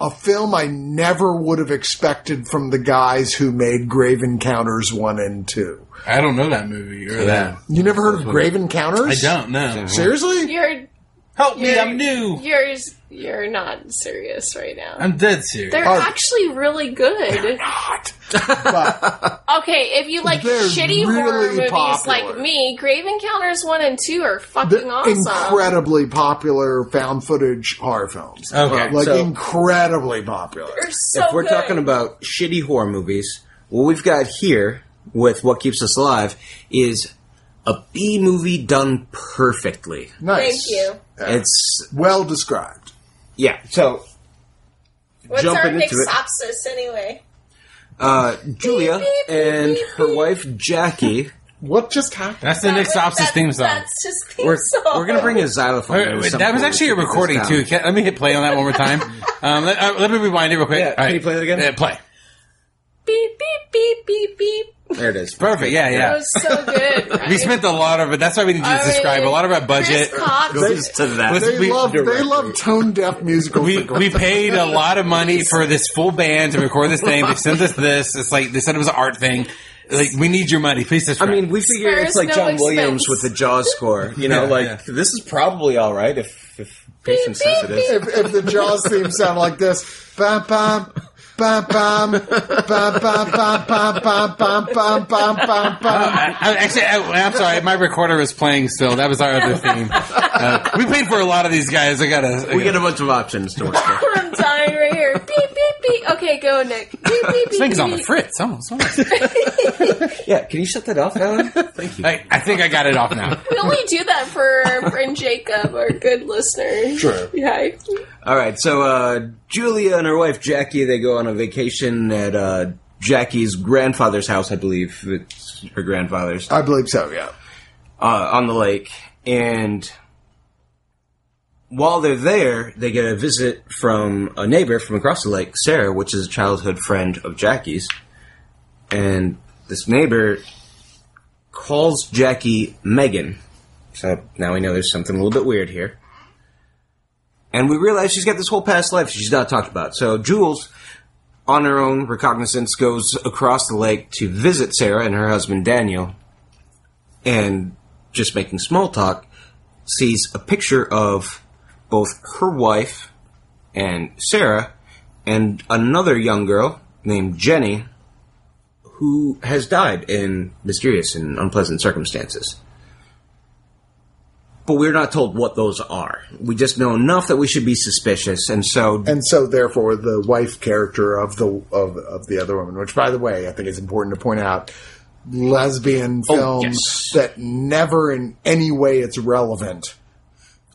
Speaker 1: a film I never would have expected from the guys who made Grave Encounters one and two.
Speaker 4: I don't know that movie or that.
Speaker 1: You never heard of Grave
Speaker 4: I
Speaker 1: Encounters?
Speaker 4: don't know.
Speaker 1: Seriously?
Speaker 3: You're
Speaker 4: Help me!
Speaker 3: you're-
Speaker 4: I'm new.
Speaker 3: You're you're not serious right now.
Speaker 4: I'm dead serious.
Speaker 3: they're
Speaker 1: Are-
Speaker 3: actually really good.
Speaker 1: Not. But
Speaker 3: Okay, if you like
Speaker 1: They're
Speaker 3: shitty horror
Speaker 1: really
Speaker 3: movies
Speaker 1: popular.
Speaker 3: like me, Grave Encounters one and two are
Speaker 1: they're
Speaker 3: fucking awesome.
Speaker 1: incredibly popular found footage horror films.
Speaker 4: Okay,
Speaker 1: like
Speaker 2: so-
Speaker 1: incredibly popular.
Speaker 3: They're so
Speaker 2: if we're
Speaker 3: good.
Speaker 2: talking about shitty horror movies, what we've got here with what keeps us alive is a B movie done perfectly.
Speaker 1: Nice.
Speaker 3: Thank you.
Speaker 1: Yeah.
Speaker 2: It's
Speaker 1: well described.
Speaker 2: yeah. So
Speaker 3: What's our
Speaker 2: jumping
Speaker 3: Nick
Speaker 2: into it.
Speaker 3: synopsis anyway?
Speaker 2: uh, Julia
Speaker 3: Beep, beep, beep,
Speaker 2: and
Speaker 3: beep,
Speaker 2: her
Speaker 3: beep.
Speaker 2: wife Jackie
Speaker 5: What just happened?
Speaker 4: That's the Nick Sopsis theme song.
Speaker 3: That's his theme
Speaker 2: We're,
Speaker 3: song.
Speaker 2: we're gonna bring a xylophone.
Speaker 4: Wait, wait,
Speaker 2: at
Speaker 4: wait,
Speaker 2: some
Speaker 4: that was
Speaker 2: point
Speaker 4: actually a
Speaker 2: to get this
Speaker 4: recording
Speaker 2: down.
Speaker 4: too. Can, let me hit play on that one more time. um, let, uh, let me rewind it real quick.
Speaker 2: Yeah,
Speaker 4: All
Speaker 2: can you play that again?
Speaker 4: Yeah, play.
Speaker 3: beep beep beep beep beep.
Speaker 2: There it is.
Speaker 4: Perfect. Yeah,
Speaker 3: That
Speaker 4: yeah.
Speaker 3: was so good. right?
Speaker 4: We spent a lot of it. That's why we need you to
Speaker 3: I
Speaker 4: describe
Speaker 3: mean,
Speaker 4: a lot of our budget.
Speaker 3: Chris Cox,
Speaker 2: Goes to that.
Speaker 4: Was-
Speaker 1: They
Speaker 4: We-
Speaker 1: love they
Speaker 2: directly.
Speaker 1: love tone deaf musicals.
Speaker 4: We, we paid a lot of money for this full band to record this thing. They sent us this. It's like they said it was an art thing. Like we need your money, please
Speaker 2: I
Speaker 4: subscribe.
Speaker 2: mean, we figure it's
Speaker 3: Spares
Speaker 2: like
Speaker 3: no
Speaker 2: John Williams
Speaker 3: expense.
Speaker 2: with the Jaws score. You know,
Speaker 4: Yeah,
Speaker 2: like
Speaker 4: yeah.
Speaker 2: this is probably all right if if patient says it is.
Speaker 1: if, if the Jaws theme sound like this, bam bam. Bam bam bam bam bam bam bam bam bam bam bam bam.
Speaker 4: Uh, I, I- actually, I, I'm sorry, my recorder was playing still. That was our other theme. Uh, we paid for a lot of these guys. I gotta. I
Speaker 2: We get
Speaker 4: gotta
Speaker 2: a bunch of options to work with.
Speaker 3: I'm dying right here. Beep beep beep. Okay, go Nick. Beep beep beep.
Speaker 4: this thing's on the
Speaker 3: beep.
Speaker 4: fritz. Almost. almost.
Speaker 2: Yeah, can you shut that off, Alan? Thank you.
Speaker 4: I, I think I got it off now.
Speaker 3: We only do that for our friend Jacob, our good listener.
Speaker 5: True.
Speaker 3: Yeah.
Speaker 2: All right, so uh, Julia and her wife Jackie they go on a vacation at uh, Jackie's grandfather's house, I believe it's her grandfather's uh,
Speaker 1: I believe so. Yeah.
Speaker 2: on the lake, and while they're there, they get a visit from a neighbor from across the lake, Sarah, which is a childhood friend of Jackie's, and this neighbor calls Jackie Megan. So now we know there's something a little bit weird here. And we realize she's got this whole past life she's not talked about. So Jules, on her own recognizance, goes across the lake to visit Sarah and her husband Daniel. And just making small talk, sees a picture of both her wife and Sarah and another young girl named Jenny who has died in mysterious and unpleasant circumstances but we're not told what those are. We just know enough that we should be suspicious, and so
Speaker 1: And so, therefore, the wife character of the of, of the other woman, which, by the way, I think it's important to point out, lesbian
Speaker 2: Oh,
Speaker 1: films
Speaker 2: yes.
Speaker 1: that never in any way it's relevant.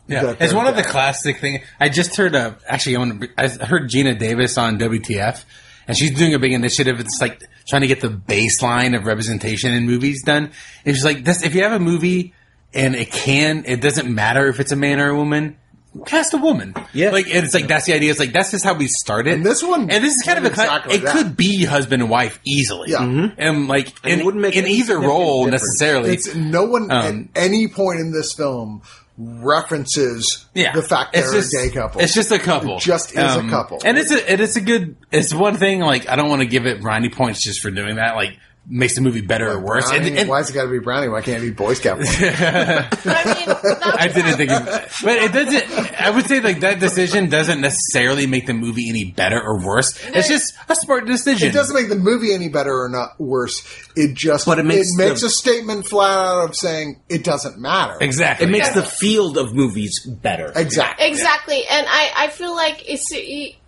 Speaker 4: Yeah,
Speaker 1: that
Speaker 4: it's
Speaker 1: they're
Speaker 4: one of the
Speaker 1: bad.
Speaker 4: classic thing. I just heard uh, actually I, want to, I heard Gina Davis on WTF, and she's doing a big initiative. It's like trying to get the baseline of representation in movies done. It's just like this: if you have a movie and it can, it doesn't matter if it's a man or a woman. Cast a woman,
Speaker 2: Yeah.
Speaker 4: Like and it's like that's the idea. It's like that's just how we started.
Speaker 1: And this one
Speaker 4: and this is kind of a
Speaker 1: did
Speaker 4: cut.
Speaker 1: exactly
Speaker 4: it
Speaker 1: that.
Speaker 4: could be husband and wife easily,
Speaker 1: Yeah. Mhm.
Speaker 4: And like,
Speaker 2: And
Speaker 4: in,
Speaker 2: it wouldn't make
Speaker 4: in
Speaker 2: any
Speaker 4: either
Speaker 2: significant
Speaker 4: role
Speaker 2: difference.
Speaker 4: necessarily.
Speaker 1: It's no one
Speaker 4: Um,
Speaker 1: at any point in this film references
Speaker 4: yeah.
Speaker 1: the fact
Speaker 4: it's
Speaker 1: they're
Speaker 4: just,
Speaker 1: a gay couple.
Speaker 4: It's just a couple. Um,
Speaker 1: It just is a couple.
Speaker 4: And it's a it is a good it's one thing, like I don't want to give it brownie points just for doing that, like makes the movie better or worse. And-
Speaker 1: Brownie,
Speaker 4: and-
Speaker 1: why's it got to be brownie? Why can't it be Boy Scout? one?
Speaker 3: But I mean, that
Speaker 4: I didn't think it, but it doesn't I would say like that decision doesn't necessarily make the movie any better or worse. It's just a smart decision.
Speaker 1: It doesn't make the movie any better or not worse. It just
Speaker 2: But it makes the-
Speaker 1: a statement flat out of saying it doesn't matter.
Speaker 4: exactly.
Speaker 2: it makes the field of movies better.
Speaker 1: Exactly.
Speaker 3: Exactly, and I, I feel like it's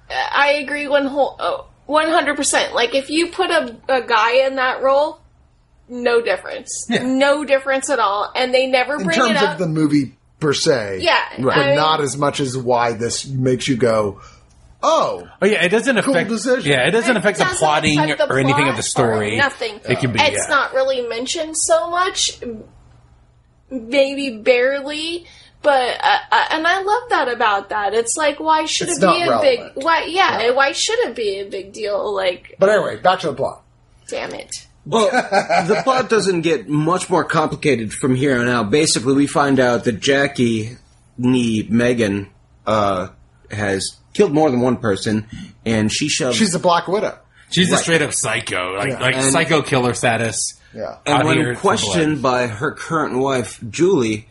Speaker 3: I agree one whole uh, one hundred percent. Like if you put a, a guy in that role, no difference,
Speaker 4: Yeah.
Speaker 3: no difference at all, and they never
Speaker 1: In
Speaker 3: bring it
Speaker 1: terms
Speaker 3: up.
Speaker 1: of the movie per se.
Speaker 3: yeah,
Speaker 2: Right.
Speaker 1: But
Speaker 3: I mean,
Speaker 1: not as much as why this makes you go, oh.
Speaker 4: Oh yeah, it doesn't affect
Speaker 1: decision.
Speaker 4: Yeah, it doesn't affect
Speaker 3: doesn't
Speaker 4: the plotting
Speaker 3: affect the
Speaker 4: or anything
Speaker 3: plot
Speaker 4: of the story.
Speaker 3: or nothing.
Speaker 4: It could be
Speaker 3: It's
Speaker 4: yeah.
Speaker 3: not really mentioned so much, maybe barely. But uh, uh, and I love that about that. It's like why should
Speaker 1: It's
Speaker 3: it be
Speaker 1: not
Speaker 3: a
Speaker 1: relevant.
Speaker 3: big why? Yeah, why should it be a big deal? Like,
Speaker 1: But anyway, back to the plot.
Speaker 3: damn it.
Speaker 2: Well, the plot doesn't get much more complicated from here on out. Basically, we find out that Jackie, nee Megan, uh, has killed more than one person, and she shoves.
Speaker 1: She's a Black Widow.
Speaker 4: She's a
Speaker 2: Right.
Speaker 4: straight up psycho, like like
Speaker 2: And-
Speaker 4: psycho killer status.
Speaker 1: Yeah.
Speaker 4: out
Speaker 2: and
Speaker 4: here
Speaker 2: when
Speaker 4: for blood.
Speaker 2: questioned by her current wife, Julie,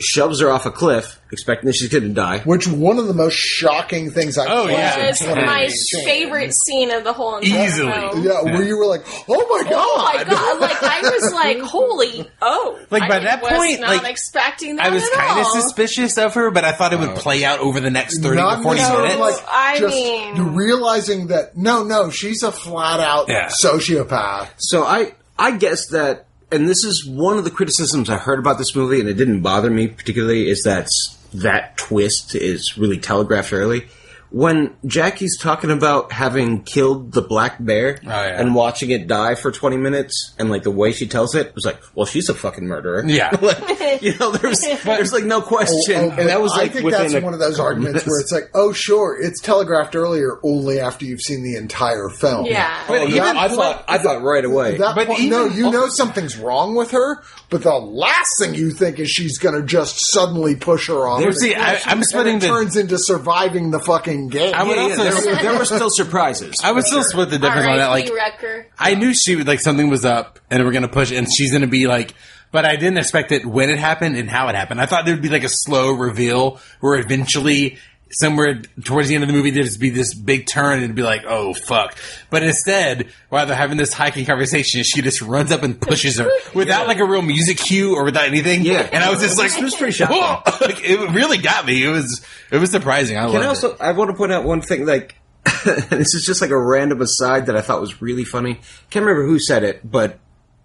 Speaker 2: shoves her off a cliff, expecting that she's going to die.
Speaker 1: Which one of the most shocking things I've
Speaker 4: Oh,
Speaker 1: seen
Speaker 4: yeah.
Speaker 1: in
Speaker 3: was my
Speaker 1: 2018.
Speaker 3: favorite scene of the whole entire
Speaker 4: Easily.
Speaker 3: film.
Speaker 1: Yeah, where you were like, oh my god.
Speaker 3: Oh my god! Like I was like, "Holy oh!"
Speaker 4: Like, by
Speaker 3: I
Speaker 4: that
Speaker 3: was
Speaker 4: point,
Speaker 3: not
Speaker 4: like,
Speaker 3: expecting that
Speaker 4: I was
Speaker 3: kind of
Speaker 4: suspicious of her, but I thought it would play out over the next 30
Speaker 1: Not
Speaker 4: to 40
Speaker 1: necessarily,
Speaker 4: minutes.
Speaker 1: Like,
Speaker 3: I
Speaker 1: just
Speaker 3: mean-
Speaker 1: you realizing that no, no, she's a flat out
Speaker 4: Yeah.
Speaker 1: sociopath.
Speaker 2: So I I guess that, and this is one of the criticisms I heard about this movie, and it didn't bother me particularly, is that s- that twist is really telegraphed early. when Jackie's talking about having killed the black bear
Speaker 4: yeah.
Speaker 2: and watching it die for 20 minutes, and like the way she tells it, it was like, well, she's a fucking murderer.
Speaker 4: Yeah.
Speaker 2: Like, you know, there's there's like no question.
Speaker 1: Oh,
Speaker 2: and that was like
Speaker 1: I think
Speaker 2: within
Speaker 1: that's
Speaker 2: a
Speaker 1: one of those
Speaker 2: couple
Speaker 1: arguments
Speaker 2: minutes.
Speaker 1: where it's like, oh, sure, it's telegraphed earlier only after you've seen the entire film.
Speaker 3: Yeah.
Speaker 2: But
Speaker 1: Oh,
Speaker 2: even
Speaker 1: that
Speaker 2: I
Speaker 1: point-
Speaker 2: thought I thought right away.
Speaker 1: That
Speaker 4: But
Speaker 1: point, no,
Speaker 4: even-
Speaker 1: you know something's wrong with her, but the last thing you think is she's going to just suddenly push her off.
Speaker 4: There's the- I- I'm splitting
Speaker 1: and it
Speaker 4: the-
Speaker 1: turns into surviving the fucking game.
Speaker 4: I would
Speaker 2: Yeah, yeah,
Speaker 4: also-
Speaker 2: there, were- there were still surprises.
Speaker 4: I was still split the difference on that. Like,
Speaker 3: R.I.P. Wrecker.
Speaker 4: I knew she would like something was up, and we're gonna push, and she's gonna be like. But I didn't expect it when it happened and how it happened. I thought there'd be like a slow reveal where eventually, somewhere towards the end of the movie, there'd just be this big turn and it'd be like, "Oh fuck!" But instead, while they're having this hiking conversation, she just runs up and pushes her without like a real music cue or without anything.
Speaker 2: Yeah.
Speaker 4: and I was just like,
Speaker 2: It was pretty shocking.
Speaker 4: "Whoa!" Like, it really got me. It was it was surprising. I
Speaker 2: Can I
Speaker 4: loved it.
Speaker 2: also? I want to point out one thing. Like, this is just like a random aside that I thought was really funny. Can't remember who said it, but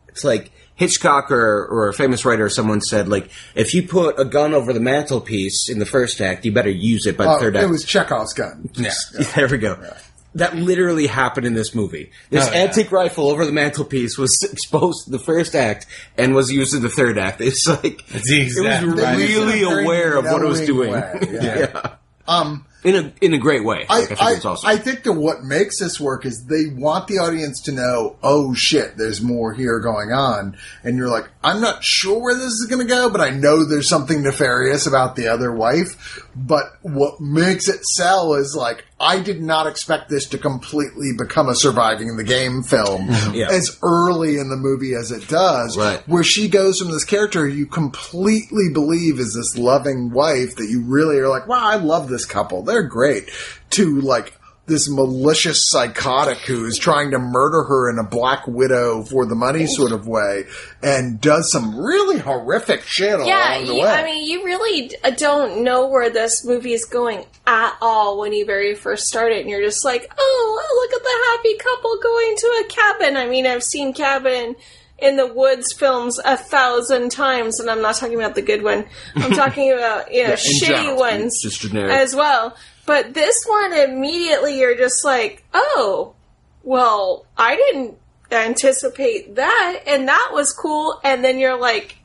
Speaker 2: it's like Hitchcock or or a famous writer or someone said like, if you put a gun over the mantelpiece in the first act, you better use it by the
Speaker 1: Oh,
Speaker 2: third act.
Speaker 1: it was Chekhov's gun.
Speaker 4: Yeah.
Speaker 2: There we go. That literally happened in this movie. This
Speaker 4: Oh, yeah.
Speaker 2: antique rifle over the mantelpiece was exposed in the first act and was used in the third act. It's like
Speaker 4: It's the exact
Speaker 2: it was
Speaker 4: right.
Speaker 2: really
Speaker 1: uh, Very
Speaker 2: aware of what it was doing.
Speaker 1: knowing way, yeah.
Speaker 2: Um, in a in a great way.
Speaker 1: I,
Speaker 2: Like, I think
Speaker 1: I,
Speaker 2: it's awesome.
Speaker 1: I think that what makes this work is they want the audience to know, oh shit, there's more here going on. And you're like, I'm not sure where this is going to go, but I know there's something nefarious about the other wife. But what makes it sell is like, I did not expect this to completely become a surviving the game film
Speaker 2: Yeah.
Speaker 1: as early in the movie as it does,
Speaker 2: Right.
Speaker 1: where she goes from this character you completely believe is this loving wife that you really are like, wow, I love this couple. They're great. To like this malicious psychotic who is trying to murder her in a black widow for the money sort of way and does some really horrific shit
Speaker 3: Yeah,
Speaker 1: along the
Speaker 3: you,
Speaker 1: way.
Speaker 3: I mean, you really d- uh, don't know where this movie is going at all when you very first start it, and you're just like, oh, look at the happy couple going to a cabin. I mean, I've seen Cabin in the Woods films a thousand times, and I'm not talking about the good one. I'm talking about, you know, shitty
Speaker 1: general,
Speaker 3: ones
Speaker 2: just generic.
Speaker 3: as well. But this one, immediately, you're just like, oh, well, I didn't anticipate that, and that was cool. And then you're like,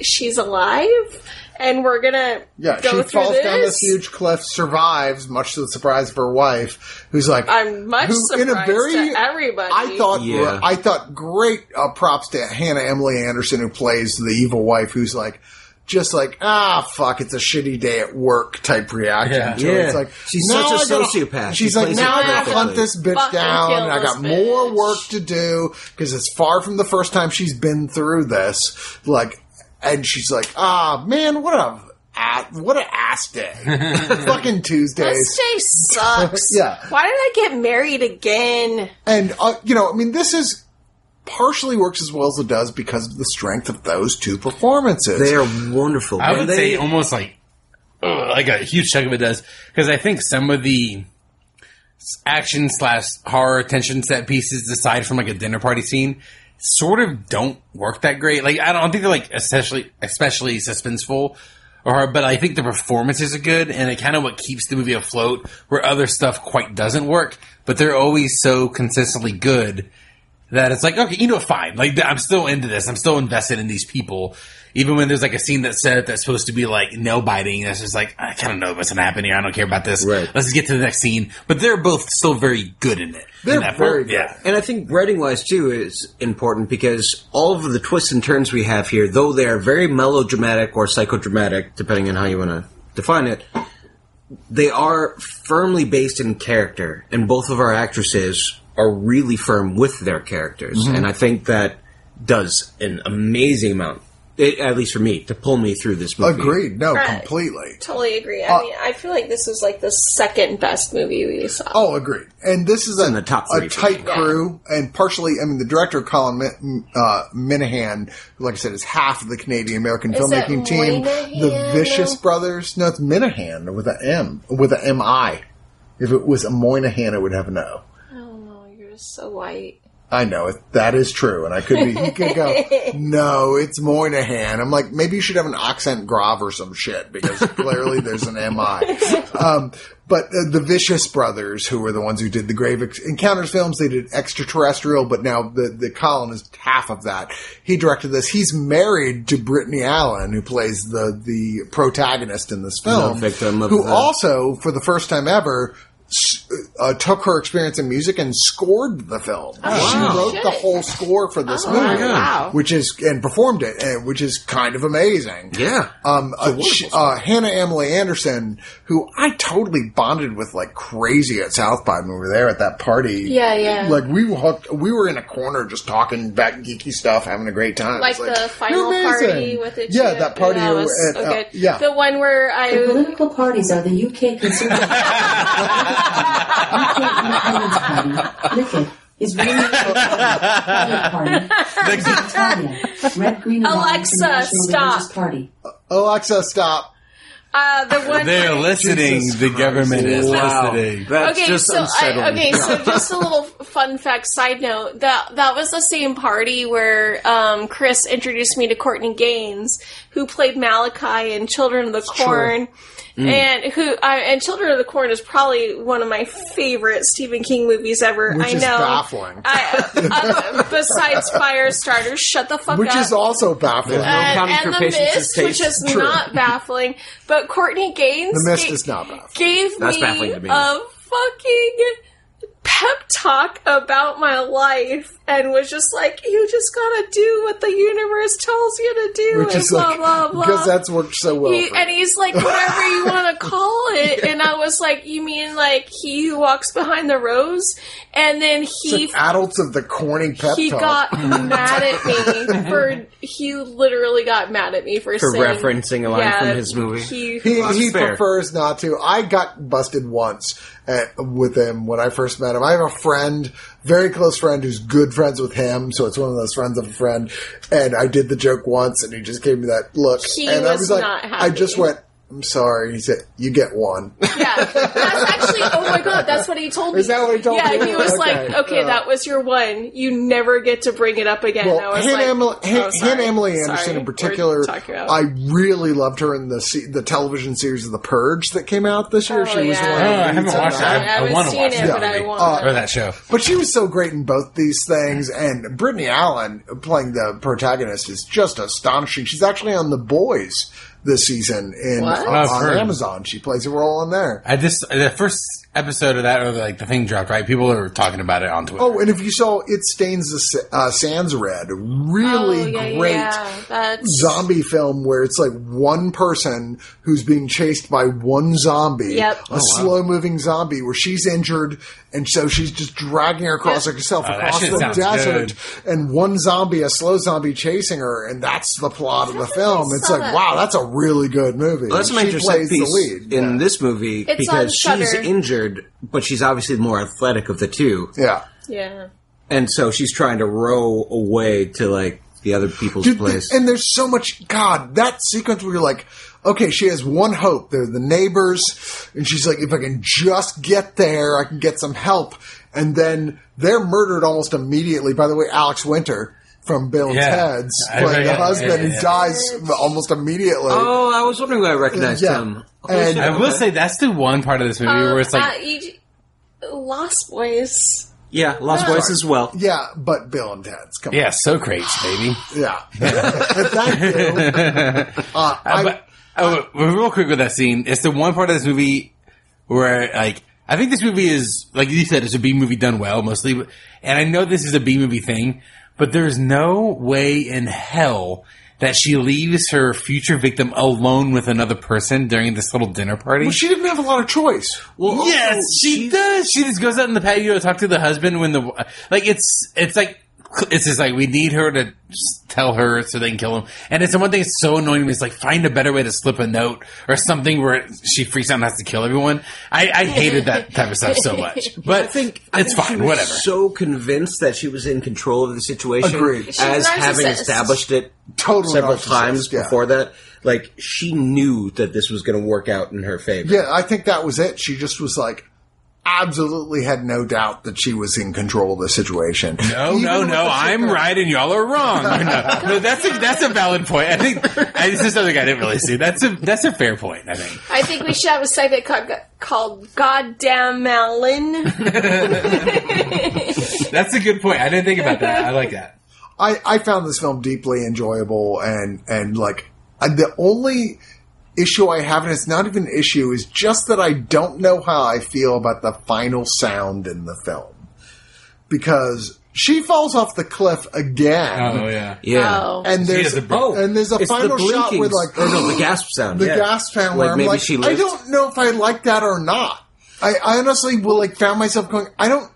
Speaker 3: she's alive, and we're gonna
Speaker 1: yeah,
Speaker 3: go
Speaker 1: she
Speaker 3: through
Speaker 1: falls
Speaker 3: this.
Speaker 1: down this huge cliff, survives, much to the surprise of her wife, who's like,
Speaker 3: I'm much
Speaker 1: who, in
Speaker 3: surprised
Speaker 1: a very-
Speaker 3: to everybody.
Speaker 1: I thought
Speaker 2: Yeah.
Speaker 1: I thought great uh, props to Hannah Emily Anderson who plays the evil wife who's like just like ah fuck it's a shitty day at work type reaction
Speaker 4: Yeah.
Speaker 1: to it.
Speaker 2: Yeah.
Speaker 1: It's like
Speaker 2: She's
Speaker 1: now
Speaker 2: such a
Speaker 1: I gotta-
Speaker 2: sociopath.
Speaker 1: She's
Speaker 2: She
Speaker 1: like
Speaker 2: plays
Speaker 1: now
Speaker 2: it
Speaker 1: I gotta
Speaker 3: perfectly.
Speaker 1: hunt this bitch
Speaker 3: Fucking
Speaker 1: down
Speaker 3: kill
Speaker 1: and I got
Speaker 3: this
Speaker 1: more
Speaker 3: bitch.
Speaker 1: work to do because it's far from the first time she's been through this. Like and she's like ah man what a a- what a ass day fucking Tuesdays
Speaker 3: this day sucks.
Speaker 1: Yeah.
Speaker 3: Why did I get married again?
Speaker 1: and uh, you know, I mean, this is partially works as well as it does because of the strength of those two performances.
Speaker 2: they are wonderful.
Speaker 4: I
Speaker 2: man.
Speaker 4: would
Speaker 2: They-
Speaker 4: say almost like ugh, like a huge chunk of it does because I think some of the s- action slash horror tension set pieces, aside from like a dinner party scene, sort of don't work that great. Like I don't think they're like especially especially suspenseful. Or, but I think the performances are good, and it kind of what keeps the movie afloat. Where other stuff quite doesn't work, but they're always so consistently good that it's like, okay, you know, fine. Like, I'm still into this. I'm still invested in these people. Even when there's like a scene that's set up that's supposed to be like nail biting, that's just like, I kind of know what's going to happen here. I don't care about this.
Speaker 2: Right.
Speaker 4: Let's just get to the next scene. But they're both still very good in it.
Speaker 1: They're
Speaker 4: In that
Speaker 1: very
Speaker 4: part.
Speaker 1: good.
Speaker 4: Yeah.
Speaker 2: And I think writing wise too is important because all of the twists and turns we have here, though they are very melodramatic or psychodramatic, depending on how you want to define it, they are firmly based in character, and both of our actresses are really firm with their characters, and I think that does an amazing amount, it, at least for me, to pull me through this movie.
Speaker 1: Agreed. No,
Speaker 3: Right.
Speaker 1: completely.
Speaker 3: Totally agree.
Speaker 1: Uh,
Speaker 3: I mean, I feel like this was like the second best movie we saw.
Speaker 1: Oh, agreed. And this is a,
Speaker 2: in the top
Speaker 1: a
Speaker 2: three for
Speaker 1: tight
Speaker 2: me.
Speaker 1: crew, and partially, I mean, the director Colin Min- uh, Minahan, who, like I said, is half of the Canadian American
Speaker 3: that
Speaker 1: filmmaking team.
Speaker 3: Moynihan?
Speaker 1: The Vicious Brothers. No, it's Minahan with a M, with a M I. If it was a Moynihan, it would have an O.
Speaker 3: Oh no, you're just so white.
Speaker 1: I know it, that is true, and I could be. He could go, no, it's Moynihan. I'm like, maybe you should have an accent grave or some shit because clearly there's an MI. Um, but uh, the Vicious Brothers, who were the ones who did the Grave Ex- Encounters films, they did Extraterrestrial, but now the the Colin is half of that. He directed this. He's married to Brittany Allen, who plays the the protagonist in this film,
Speaker 2: Love victim of
Speaker 1: who
Speaker 2: the-
Speaker 1: also, for the first time ever. s- Uh, took her experience in music and scored the film. she
Speaker 2: wow.
Speaker 1: wrote the
Speaker 3: Oh, Shit.
Speaker 1: whole score for this
Speaker 3: Oh,
Speaker 1: movie,
Speaker 3: wow.
Speaker 1: which is and performed it, uh, which is kind of amazing.
Speaker 2: Yeah.
Speaker 1: Um, uh, sh- uh, Hannah Emily Anderson, who I totally bonded with like crazy at South by when we were there at that party.
Speaker 3: Yeah, yeah.
Speaker 1: Like we walked, we were in a corner just talking about geeky stuff, having a great time.
Speaker 3: like,
Speaker 1: It's
Speaker 3: the final
Speaker 1: "You're amazing."
Speaker 3: party with the
Speaker 1: Yeah,
Speaker 3: two-
Speaker 1: that party.
Speaker 3: that was
Speaker 1: at,
Speaker 3: so
Speaker 1: uh,
Speaker 3: good.
Speaker 1: yeah,
Speaker 3: the one where
Speaker 5: The
Speaker 3: I
Speaker 5: political parties are the UK Conservative Party, UK Independence Party, Liquid, Israeli Democratic Party, Italia, Red Green Alliance, and
Speaker 3: Alexa,
Speaker 5: National
Speaker 3: stop.
Speaker 5: Religious Party.
Speaker 1: Alexa, stop.
Speaker 3: uh, the one
Speaker 4: They're listening.
Speaker 1: Jesus
Speaker 4: the
Speaker 1: Christ.
Speaker 4: government is
Speaker 2: Wow.
Speaker 4: listening.
Speaker 2: That's
Speaker 3: okay,
Speaker 2: just
Speaker 3: so
Speaker 2: unsettling.
Speaker 3: I, okay, so just a little fun fact side note that that was the same party where um, Chris introduced me to Courtney Gaines, who played Malachi in Children of the Corn, and who I and Children of the Corn is probably one of my favorite Stephen King movies ever.
Speaker 1: Which
Speaker 3: I
Speaker 1: is
Speaker 3: know.
Speaker 1: baffling.
Speaker 3: I, uh, besides Firestarter, shut the fuck
Speaker 1: Which
Speaker 3: up
Speaker 1: is also baffling.
Speaker 2: Uh,
Speaker 3: and,
Speaker 2: counting
Speaker 3: and
Speaker 2: for
Speaker 3: the
Speaker 2: patience is
Speaker 3: mist, which is
Speaker 2: taste.
Speaker 1: True.
Speaker 3: not baffling. But Courtney Gaines,
Speaker 1: the mist
Speaker 3: ga-
Speaker 1: is not baffling.
Speaker 3: gave
Speaker 2: That's
Speaker 3: me,
Speaker 2: baffling to me.
Speaker 3: a fucking pep talk about my life, and was just like, "You just gotta do what the universe tells you to do,"
Speaker 1: Which
Speaker 3: and
Speaker 1: is
Speaker 3: blah
Speaker 1: like
Speaker 3: blah blah.
Speaker 1: because that's worked so well.
Speaker 3: He-
Speaker 1: for
Speaker 3: and
Speaker 1: you.
Speaker 3: he's like, whatever you want to call it. And I was like, you mean like he who walks behind the rose? And then he
Speaker 1: It's like adults of the corny pep
Speaker 3: he
Speaker 1: talk.
Speaker 3: got mad at me for he literally got mad at me for,
Speaker 2: For
Speaker 3: saying-
Speaker 2: referencing a line from his movie.
Speaker 3: He,
Speaker 1: He,
Speaker 2: That's
Speaker 1: he
Speaker 2: fair.
Speaker 1: prefers not to. I got busted once at, with him when I first met him. I have a friend, very close friend, who's good friends with him. So it's one of those friends of a friend. And I did the joke once, and he just gave me that look.
Speaker 3: He
Speaker 1: and I
Speaker 3: was
Speaker 1: was like,
Speaker 3: not
Speaker 1: I just
Speaker 3: happy.
Speaker 1: went, I'm sorry. He said, You get one.
Speaker 3: yeah, that's actually. Oh my god, that's what he told me.
Speaker 1: Is that what he told
Speaker 3: yeah,
Speaker 1: you?
Speaker 3: Yeah, he
Speaker 1: Okay.
Speaker 3: was like, okay,
Speaker 1: Uh.
Speaker 3: that was your one. You never get to bring it up again. I
Speaker 1: Well,
Speaker 3: was
Speaker 1: Hannah,
Speaker 3: like,
Speaker 1: Emily,
Speaker 3: oh,
Speaker 1: Han-
Speaker 3: sorry.
Speaker 1: Hannah Emily Anderson
Speaker 3: Sorry,
Speaker 1: in
Speaker 3: we're
Speaker 1: particular,
Speaker 3: talking about-
Speaker 1: I really loved her in the se- the television series of The Purge that came out this year.
Speaker 3: Oh,
Speaker 1: she was
Speaker 3: yeah.
Speaker 1: the one. who
Speaker 4: Oh, I haven't
Speaker 1: leads in
Speaker 4: watched
Speaker 1: that.
Speaker 4: that.
Speaker 3: I
Speaker 4: I,
Speaker 3: haven't
Speaker 4: want to
Speaker 3: seen
Speaker 4: watch
Speaker 3: it,
Speaker 4: that
Speaker 3: but I
Speaker 4: movie.
Speaker 1: Uh,
Speaker 3: want
Speaker 4: or that show.
Speaker 1: But she was so great in both these things, and Brittany Allen playing the protagonist is just astonishing. She's actually on The Boys this season in
Speaker 3: What?
Speaker 1: on-
Speaker 4: I've
Speaker 1: on
Speaker 4: heard.
Speaker 1: Amazon. She plays a role on there.
Speaker 4: I just the first episode of that, or like the thing dropped, right? People are talking about it on Twitter.
Speaker 1: Oh, and if you saw It Stains the Sa- uh, Sands Red, really
Speaker 3: oh, yeah,
Speaker 1: great
Speaker 3: Yeah, that's
Speaker 1: zombie film where it's like one person who's being chased by one zombie,
Speaker 3: Yep.
Speaker 4: Oh,
Speaker 1: a slow moving zombie, where she's injured and so she's just dragging her across
Speaker 3: Yep.
Speaker 1: herself
Speaker 4: Oh, that
Speaker 1: across
Speaker 4: shit
Speaker 1: the
Speaker 4: sounds
Speaker 1: desert,
Speaker 4: good.
Speaker 1: and one zombie, a slow zombie, chasing her, and that's the plot of the film. It's
Speaker 3: saw
Speaker 1: like,
Speaker 3: that.
Speaker 1: wow, that's a really good movie.
Speaker 2: Well, that's a
Speaker 1: And she
Speaker 2: major set piece in
Speaker 1: Yeah.
Speaker 2: this movie
Speaker 3: It's
Speaker 2: because
Speaker 3: on
Speaker 2: she's
Speaker 3: Shudder.
Speaker 2: injured, but she's obviously the more athletic of the two,
Speaker 1: yeah.
Speaker 3: yeah.
Speaker 2: and so she's trying to row away to like the other people's
Speaker 1: Dude,
Speaker 2: place.
Speaker 1: And there's so much God, that sequence where you're like, okay, she has one hope. They're the neighbors, and she's like, if I can just get there, I can get some help. And then they're murdered almost immediately. By the way, Alex Winter from Bill and
Speaker 4: Yeah.
Speaker 1: Ted's
Speaker 4: I
Speaker 1: playing the
Speaker 4: forget.
Speaker 1: husband
Speaker 4: Yeah, yeah, yeah.
Speaker 1: who dies almost immediately.
Speaker 2: oh, I was wondering why I recognized
Speaker 1: Yeah.
Speaker 2: him.
Speaker 1: And-
Speaker 4: I will say that's the one part of this movie where it's like
Speaker 3: Uh, E.G. Lost Boys.
Speaker 2: yeah, Lost Boys as well.
Speaker 1: Yeah, but Bill and Ted's. Come
Speaker 4: Yeah, Socrates, baby.
Speaker 1: on. Yeah. Thank you. Uh, I,
Speaker 4: but oh, real quick with that scene, it's the one part of this movie where like I think this movie is like you said, it's a B movie done well mostly, but- and I know this is a B movie thing, but there's no way in hell that she leaves her future victim alone with another person during this little dinner party.
Speaker 1: well, she didn't have a lot of choice.
Speaker 2: Well, also,
Speaker 4: yes, she
Speaker 2: she's-
Speaker 4: does. She just goes out in the patio to talk to the husband when the like it's it's like it's just like we need her to s- tell her so they can kill him. And it's the one thing that's so annoying to me is like find a better way to slip a note or something where she freaks out and has to kill everyone. I, I hated that type of stuff so much. But
Speaker 2: I think I
Speaker 4: it's
Speaker 2: think she
Speaker 4: fine,
Speaker 2: was
Speaker 4: whatever.
Speaker 2: So convinced that she was in control of the situation,
Speaker 1: Agreed.
Speaker 3: She's a
Speaker 2: as having
Speaker 3: narcissist.
Speaker 2: established it
Speaker 1: Total
Speaker 2: several
Speaker 1: narcissist,
Speaker 2: times
Speaker 1: yeah.
Speaker 2: before that. Like she knew that this was going to work out in her favor.
Speaker 1: Yeah, I think that was it. She just was like, absolutely had no doubt that she was in control of the situation.
Speaker 4: No, no, no. I'm right and y'all are wrong. No, no that's a, that's a valid point. I think I, this is something I didn't really see. That's a that's a fair point. I think.
Speaker 3: I think we should have a segment called, called Goddamn Melon.
Speaker 4: That's a good point. I didn't think about that. I like that.
Speaker 1: I, I found this film deeply enjoyable and, and like, uh, the only issue I have, and it's not even an issue, is just that I don't know how I feel about the final sound in the film. Because she falls off the cliff again.
Speaker 4: Oh yeah.
Speaker 2: Yeah.
Speaker 3: Oh.
Speaker 1: And
Speaker 4: She
Speaker 1: there's
Speaker 4: has a bow.
Speaker 1: and there's a
Speaker 2: It's
Speaker 1: final
Speaker 2: the
Speaker 1: shot
Speaker 2: blinking,
Speaker 1: with like
Speaker 2: or no, the gasp sound.
Speaker 1: the
Speaker 2: yeah.
Speaker 1: gas pan where
Speaker 2: Like
Speaker 1: I'm
Speaker 2: maybe
Speaker 1: like,
Speaker 2: she
Speaker 1: I
Speaker 2: lived.
Speaker 1: don't know if I like that or not. I, I honestly will like found myself going, I don't,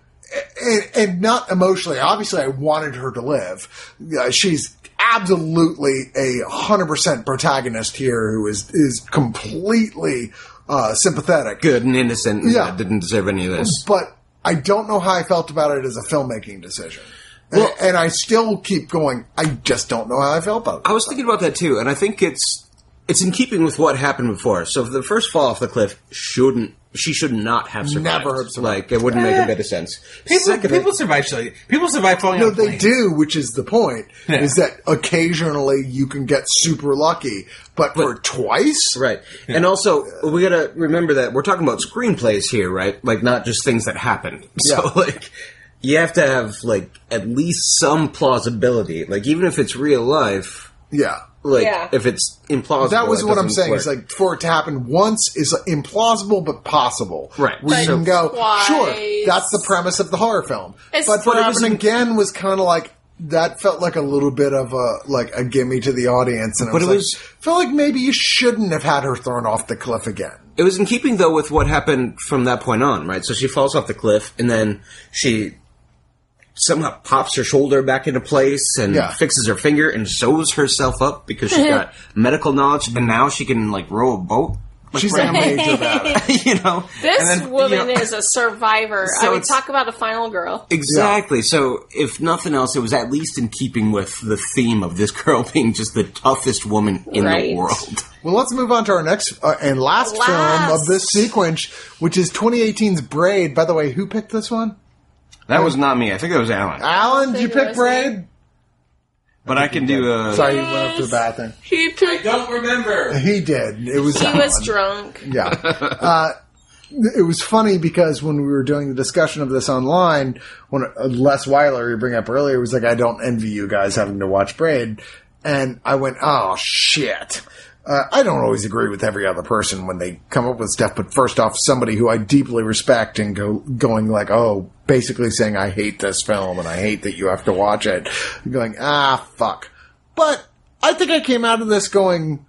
Speaker 1: and, and not emotionally. Obviously, I wanted her to live. Uh, she's absolutely a hundred percent protagonist here, who is is completely uh, sympathetic.
Speaker 2: good and innocent. and
Speaker 1: Yeah.
Speaker 2: I didn't deserve any of this.
Speaker 1: but I don't know how I felt about it as a filmmaking decision. And- and, I still keep going. I just don't know how I felt about it.
Speaker 2: I was thinking about that too, and I think it's it's in keeping with what happened before. So the first fall off the cliff shouldn't she should not have survived.
Speaker 1: Never have survived. Eh.
Speaker 2: Like it wouldn't make a bit of sense.
Speaker 4: People,
Speaker 2: Secondly-
Speaker 4: people survive. shit. People survive falling.
Speaker 1: No,
Speaker 4: off
Speaker 1: they
Speaker 4: planes.
Speaker 1: do, which is the point.
Speaker 4: Yeah.
Speaker 1: Is that occasionally you can get super lucky, but, for twice,
Speaker 2: Right. And also, we gotta remember that we're talking about screenplays here, right? Like, not just things that happened. So,
Speaker 1: Yeah.
Speaker 2: like, you have to have, like, at least some plausibility. Like, even if it's real life,
Speaker 1: Yeah,
Speaker 2: like,
Speaker 3: Yeah.
Speaker 2: if it's implausible.
Speaker 1: that was
Speaker 2: it
Speaker 1: what I'm
Speaker 2: doesn't
Speaker 1: saying. It's
Speaker 2: work.
Speaker 1: like for it to happen once is implausible but possible.
Speaker 2: Right.
Speaker 1: Where you
Speaker 2: But
Speaker 1: can go,
Speaker 3: twice.
Speaker 1: sure, that's the premise of the horror film.
Speaker 3: It's-
Speaker 1: but for
Speaker 3: But
Speaker 1: it
Speaker 2: it was
Speaker 1: happen
Speaker 2: in-
Speaker 1: again was kind of like. That felt like a little bit of a like a gimme to the audience, and I
Speaker 2: But
Speaker 1: was
Speaker 2: it
Speaker 1: like,
Speaker 2: was-
Speaker 1: felt like maybe you shouldn't have had her thrown off the cliff again.
Speaker 2: It was in keeping, though, with what happened from that point on, right? So she falls off the cliff, and then she somehow pops her shoulder back into place and
Speaker 1: Yeah.
Speaker 2: fixes her finger and sews herself up because she's got medical knowledge, and now she can, like, row a boat. Like,
Speaker 1: She's
Speaker 2: right-
Speaker 1: a major bad.
Speaker 2: you know
Speaker 3: This
Speaker 2: And then, you
Speaker 3: woman
Speaker 2: know,
Speaker 3: is a survivor.
Speaker 2: So
Speaker 3: I mean,
Speaker 2: it's-
Speaker 3: talk about a final girl.
Speaker 2: exactly so if nothing else it was at least in keeping with the theme of this girl being just the toughest woman in the
Speaker 3: Right.
Speaker 2: world
Speaker 1: Well, let's move on to our next uh, and last, film
Speaker 3: Last.
Speaker 1: of this sequence, which is 2018's Braid. By the way, who picked this one?
Speaker 2: that was not me i think that was alan
Speaker 1: Alan, did you
Speaker 3: Thank you,
Speaker 1: pick Braid?
Speaker 3: Rosie.
Speaker 2: but i can do a
Speaker 1: Sorry, you went up to the bathroom.
Speaker 3: He picked.
Speaker 4: Don't remember.
Speaker 1: He did. It was.
Speaker 3: He
Speaker 1: Alan.
Speaker 3: was drunk.
Speaker 1: Yeah. Uh, it was funny because when we were doing the discussion of this online, when uh, Les Weiler, you bring up earlier, was like, "I don't envy you guys having to watch Braid," and I went, "Oh shit." Uh, I don't always agree with every other person when they come up with stuff, but first off, somebody who I deeply respect and go going like, oh, basically saying I hate this film and I hate that you have to watch it, going ah fuck. But I think I came out of this going,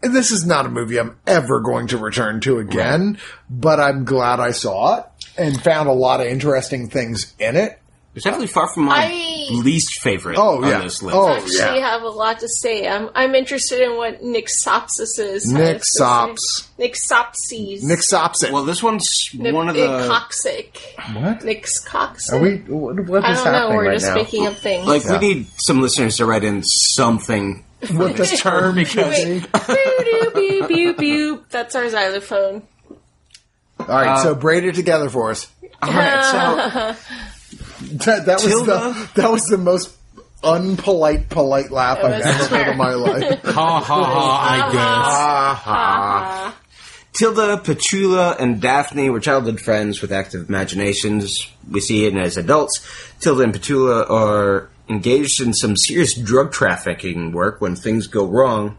Speaker 1: this is not a movie I'm ever going to return to again, but I'm glad I saw it and found a lot of interesting things in it.
Speaker 2: it's definitely far from my
Speaker 3: I-
Speaker 2: least favorite
Speaker 1: Oh,
Speaker 2: on
Speaker 1: yeah.
Speaker 2: this list
Speaker 1: Oh,
Speaker 3: Actually,
Speaker 1: yeah.
Speaker 3: have a lot to say. I'm I'm interested in what Nick Sopsis is. I
Speaker 1: Nick
Speaker 3: was gonna
Speaker 1: Sops.
Speaker 3: say. Nick Sopsis.
Speaker 1: Nick Sopson.
Speaker 2: well this one's
Speaker 3: Nick,
Speaker 2: one of
Speaker 3: Nick
Speaker 2: the
Speaker 3: Coxick.
Speaker 1: what?
Speaker 3: Nick's Coxick.
Speaker 1: Are we, what, what
Speaker 3: I
Speaker 1: is
Speaker 3: don't know.
Speaker 1: happening
Speaker 3: We're
Speaker 1: right
Speaker 3: just
Speaker 1: now?
Speaker 3: making up things.
Speaker 2: like we need some listeners to write in something
Speaker 1: What the term
Speaker 4: because-
Speaker 1: should be?
Speaker 3: Boo, doo, boo, boo, boo. That's our xylophone.
Speaker 1: All right, so braid it together for us.
Speaker 2: all right so
Speaker 1: That, that was
Speaker 2: Tilda?
Speaker 1: the that was the most unpolite polite laugh I've
Speaker 3: was
Speaker 1: ever heard in my life.
Speaker 4: Ha ha ha! I guess.
Speaker 2: Tilda, Petula, and Daphne were childhood friends with active imaginations. We see it as adults. Tilda and Petula are engaged in some serious drug trafficking work when things go wrong,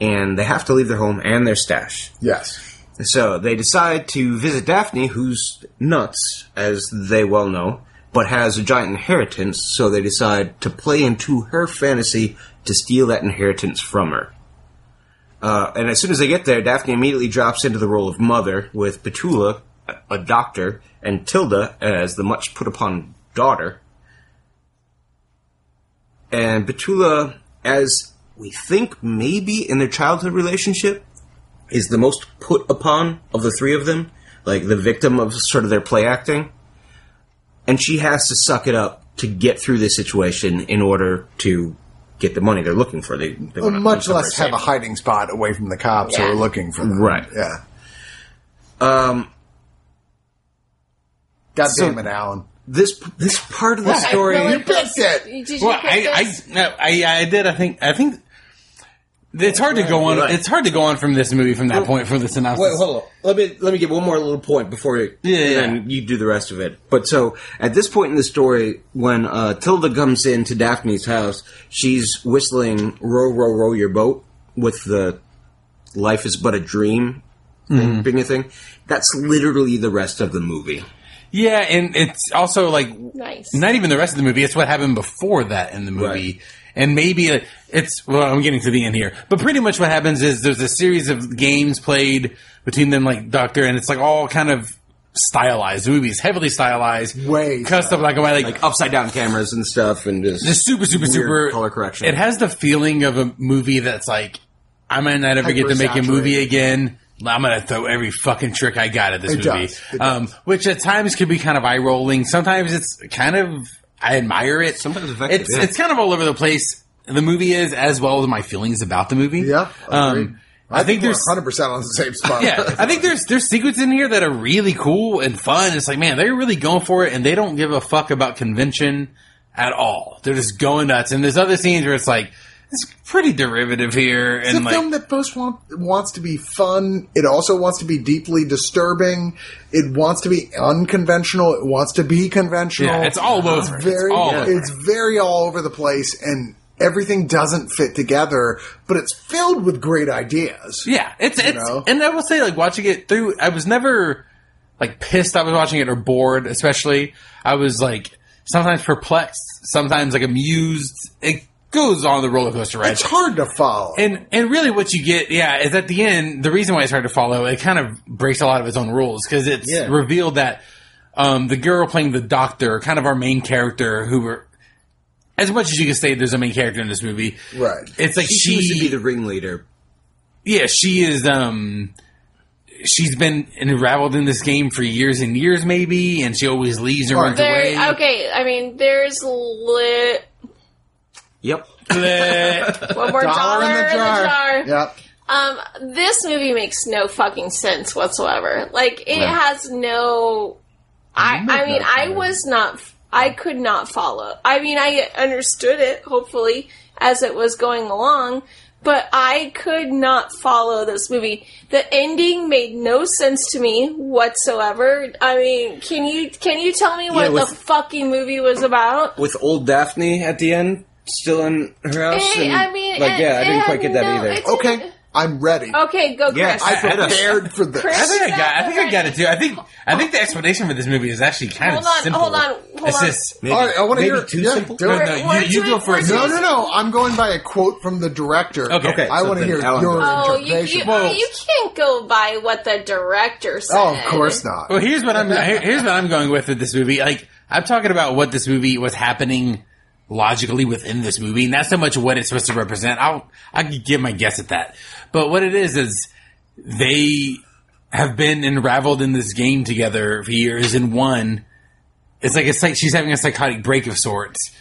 Speaker 2: and they have to leave their home and their stash.
Speaker 1: yes.
Speaker 2: So they decide to visit Daphne, who's nuts, as they well know, but has a giant inheritance, so they decide to play into her fantasy to steal that inheritance from her. Uh, and as soon as they get there, Daphne immediately drops into the role of mother, with Petula, a- a doctor, and Tilda as the much put upon daughter. And Petula, as we think maybe in their childhood relationship, is the most put upon of the three of them, like the victim of sort of their play acting. And she has to suck it up to get through this situation in order to get the money they're looking for. They, they wanna
Speaker 1: Much
Speaker 2: do somewhere
Speaker 1: less have a
Speaker 2: safe.
Speaker 1: hiding spot away from the cops who
Speaker 3: Yeah.
Speaker 1: are looking for them.
Speaker 2: Right.
Speaker 1: Yeah.
Speaker 2: Um,
Speaker 1: God
Speaker 2: So-
Speaker 1: damn it, Alan.
Speaker 2: This this part of the
Speaker 1: What?
Speaker 2: story.
Speaker 1: You picked it.
Speaker 3: Did you
Speaker 4: Well,
Speaker 3: pick
Speaker 4: I,
Speaker 3: this?
Speaker 4: I, no, I, I did. I think, I think it's hard to go on.
Speaker 2: Right.
Speaker 4: It's hard to go on from this movie from that point for the synopsis.
Speaker 2: Wait, hold on. Let me let me get one more little point before you,
Speaker 4: Yeah,
Speaker 2: and
Speaker 4: yeah.
Speaker 2: then you do the rest of it. But so at this point in the story, when uh, Tilda comes into Daphne's house, she's whistling "Row, row, row your boat" with the "Life is but a dream" thing, being a thing. That's literally the rest of the movie.
Speaker 4: Yeah, and it's also like
Speaker 3: Nice.
Speaker 4: Not even the rest of the movie. It's what happened before that in the movie.
Speaker 2: Right.
Speaker 4: And maybe uh, it's well, I'm getting to the end here, but pretty much what happens is there's a series of games played between them, like Doctor, and it's like all kind of stylized. The movie is heavily stylized,
Speaker 1: Way
Speaker 4: custom, like away, like,
Speaker 2: Like upside down cameras and stuff, and just,
Speaker 4: just super, super,
Speaker 2: weird
Speaker 4: super
Speaker 2: color correction.
Speaker 4: It has the feeling of a movie that's like, I might not ever get to make a
Speaker 1: Hyper-saturated.
Speaker 4: movie again. I'm gonna throw every fucking trick I got at this
Speaker 1: It
Speaker 4: movie,
Speaker 1: does. It
Speaker 4: Um, which at times could be kind of eye rolling. Sometimes it's kind of I admire it.
Speaker 2: Sometimes effective,
Speaker 4: it's
Speaker 2: yeah.
Speaker 4: it's kind of all over the place. The movie is as well as my feelings about the movie.
Speaker 1: Yeah, agreed.
Speaker 4: um, I think there's
Speaker 1: 100 percent on the same spot.
Speaker 4: yeah, I think there's there's secrets in here that are really cool and fun. It's like, man, they're really going for it, and they don't give a fuck about convention at all. They're just going nuts. And there's other scenes where it's like, it's pretty derivative here,
Speaker 1: It's a
Speaker 4: and like,
Speaker 1: film that both want, wants to be fun. It also wants to be deeply disturbing. It wants to be unconventional. It wants to be conventional.
Speaker 4: yeah, it's all over. It's
Speaker 1: very
Speaker 4: all
Speaker 1: it's,
Speaker 4: over.
Speaker 1: very all over the place and everything doesn't fit together but it's filled with great ideas
Speaker 4: Yeah, it's it's
Speaker 1: know?
Speaker 4: and I will say like watching it through, I was never like pissed. I was watching it or bored. Especially, I was like sometimes perplexed, sometimes like amused. It goes on the roller coaster ride.
Speaker 1: it's hard to follow
Speaker 4: And and really, what you get, yeah, is at the end. The reason why it's hard to follow, it kind of breaks a lot of its own rules because it's
Speaker 2: Yeah.
Speaker 4: revealed that um, the girl playing the doctor, kind of our main character, who were as much as you can say, there's a main character in this movie.
Speaker 1: right
Speaker 4: It's like
Speaker 2: she
Speaker 4: she,
Speaker 2: seems to be the ringleader.
Speaker 4: yeah, she is. Um, she's been unraveled in this game for years and years, maybe, and she always leaves and runs away.
Speaker 3: There, okay, I mean, there's li-
Speaker 2: Yep.
Speaker 3: one more dollar,
Speaker 1: Dollar in the
Speaker 3: in the
Speaker 1: jar.
Speaker 3: jar.
Speaker 1: yeah
Speaker 3: Um, this movie makes no fucking sense whatsoever. Like it has no. I I mean I was not I could not follow. I mean I understood it hopefully as it was going along, but I could not follow this movie. The ending made no sense to me whatsoever. I mean, can you can you tell me what
Speaker 2: with-
Speaker 3: the fucking movie was about?
Speaker 2: With old Daphne at the end, still in her house.
Speaker 3: It-
Speaker 2: and,
Speaker 3: I mean,
Speaker 2: like
Speaker 3: it-
Speaker 2: yeah, I
Speaker 3: it
Speaker 2: didn't quite get
Speaker 3: had
Speaker 2: that
Speaker 3: no-
Speaker 2: either.
Speaker 3: it's-
Speaker 1: okay i'm ready
Speaker 3: Okay, go
Speaker 2: Yes,
Speaker 3: Oh, Chris.
Speaker 1: i
Speaker 2: I had a-
Speaker 1: prepared for this
Speaker 4: I
Speaker 3: Chris-
Speaker 4: think I got. I think I got it too. I think. I think the explanation for this movie is actually kind
Speaker 3: Hold
Speaker 4: of
Speaker 3: on,
Speaker 4: simple.
Speaker 3: hold on, hold
Speaker 4: It's
Speaker 3: on.
Speaker 4: just
Speaker 2: Maybe-
Speaker 1: All right, I wanna
Speaker 2: maybe
Speaker 1: hear-
Speaker 2: too
Speaker 1: yeah,
Speaker 2: simple.
Speaker 1: do it.
Speaker 4: No, no, you-
Speaker 3: We're
Speaker 4: you
Speaker 3: doing-
Speaker 4: go first.
Speaker 3: we're
Speaker 1: no
Speaker 3: doing-
Speaker 1: no no i'm going by a quote from the director
Speaker 4: Okay. Okay,
Speaker 1: i
Speaker 2: so
Speaker 1: want to
Speaker 2: then
Speaker 1: hear
Speaker 2: Alan
Speaker 1: your
Speaker 2: goes.
Speaker 3: Oh, you, you,
Speaker 1: interpretation
Speaker 3: I mean,
Speaker 4: Well-
Speaker 3: you can't go by what the director said.
Speaker 1: oh of course not
Speaker 4: Well, here's what I'm here- here's what I'm going with with this movie. Like I'm talking about what this movie was happening logically within this movie, not so much what it's supposed to represent. I'll I could give my guess at that, but what it is is they have been unraveled in this game together for years, and one it's like it's like she's having a psychotic break of sorts.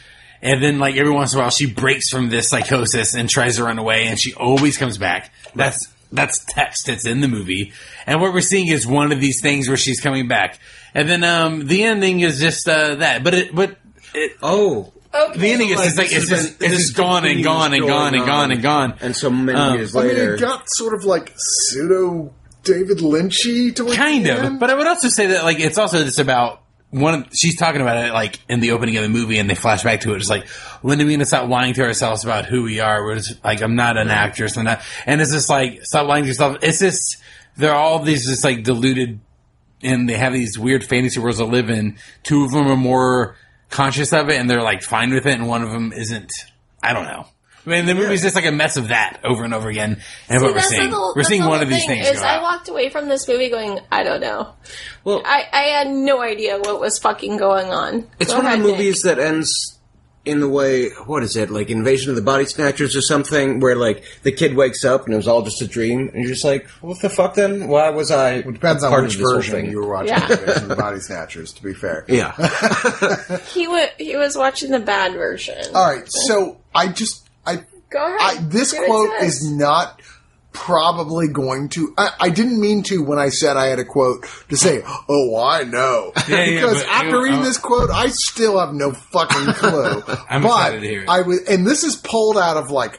Speaker 4: And then, like every once in a while, she breaks from this psychosis and tries to run away, and she always comes back. That's that's text. It's in the movie, and what we're seeing is one of these things where she's coming back. And then um, the ending is just uh, that, but it, but it,
Speaker 2: Oh,
Speaker 3: Okay.
Speaker 4: the ending is
Speaker 2: Like,
Speaker 4: just like
Speaker 2: this
Speaker 4: it's
Speaker 2: has
Speaker 4: just,
Speaker 2: been-
Speaker 4: it's
Speaker 2: this
Speaker 4: just gone and
Speaker 2: continues
Speaker 4: gone and
Speaker 2: going
Speaker 4: gone and gone and gone.
Speaker 2: and so many
Speaker 4: Um,
Speaker 2: years
Speaker 1: i mean it
Speaker 2: later,
Speaker 1: got sort of like pseudo david lynchy to
Speaker 4: kind of. But I would also say that like it's also just about one. Of, she's talking about it like in the opening of the movie, and they flash back to it. It's like Linda Mina stop lying to ourselves about who we are. We're just, like I'm not an actress, I'm not, and it's just like stop lying to yourself. It's just they're all these just like deluded, and they have these weird fantasy worlds to live in. Two of them are more conscious of it, and they're like fine with it, and one of them isn't. I don't know. I mean, the movie's just like a mess of that over and over again, and
Speaker 3: See,
Speaker 4: what we're
Speaker 3: that's the
Speaker 4: seeing,
Speaker 3: whole-
Speaker 4: we're
Speaker 3: that's
Speaker 4: seeing
Speaker 3: the
Speaker 4: one
Speaker 3: whole
Speaker 4: of these
Speaker 3: thing
Speaker 4: things.
Speaker 3: Is
Speaker 4: go
Speaker 3: I
Speaker 4: out.
Speaker 3: walked away from this movie going, I don't know.
Speaker 2: well,
Speaker 3: I, I had no idea what was fucking going on.
Speaker 2: it's
Speaker 3: Go
Speaker 2: one of the
Speaker 3: ahead, Nick.
Speaker 2: movies that ends in the way. What is it like? Invasion of the Body Snatchers or something, where like the kid wakes up and it was all just a dream, and you're just like, what the fuck? Then why was I?
Speaker 1: it depends on
Speaker 2: part
Speaker 1: which
Speaker 2: of this whole
Speaker 1: version
Speaker 2: thing?
Speaker 1: you were watching
Speaker 3: Yeah.
Speaker 1: Invasion of the body snatchers to be fair
Speaker 2: Yeah,
Speaker 3: He, wa he was watching the bad version.
Speaker 1: all right so i just i
Speaker 3: Go ahead.
Speaker 1: I, this
Speaker 3: Give it
Speaker 1: quote
Speaker 3: to us.
Speaker 1: is not probably going to. I, I didn't mean to when I said I had a quote to say, "Oh, I know,"
Speaker 4: Yeah, yeah,
Speaker 1: because
Speaker 4: but
Speaker 1: after
Speaker 4: you-
Speaker 1: reading
Speaker 4: oh.
Speaker 1: this quote, I still have no fucking clue.
Speaker 4: I'm
Speaker 1: but
Speaker 4: excited to hear it.
Speaker 1: I was, and this is pulled out of like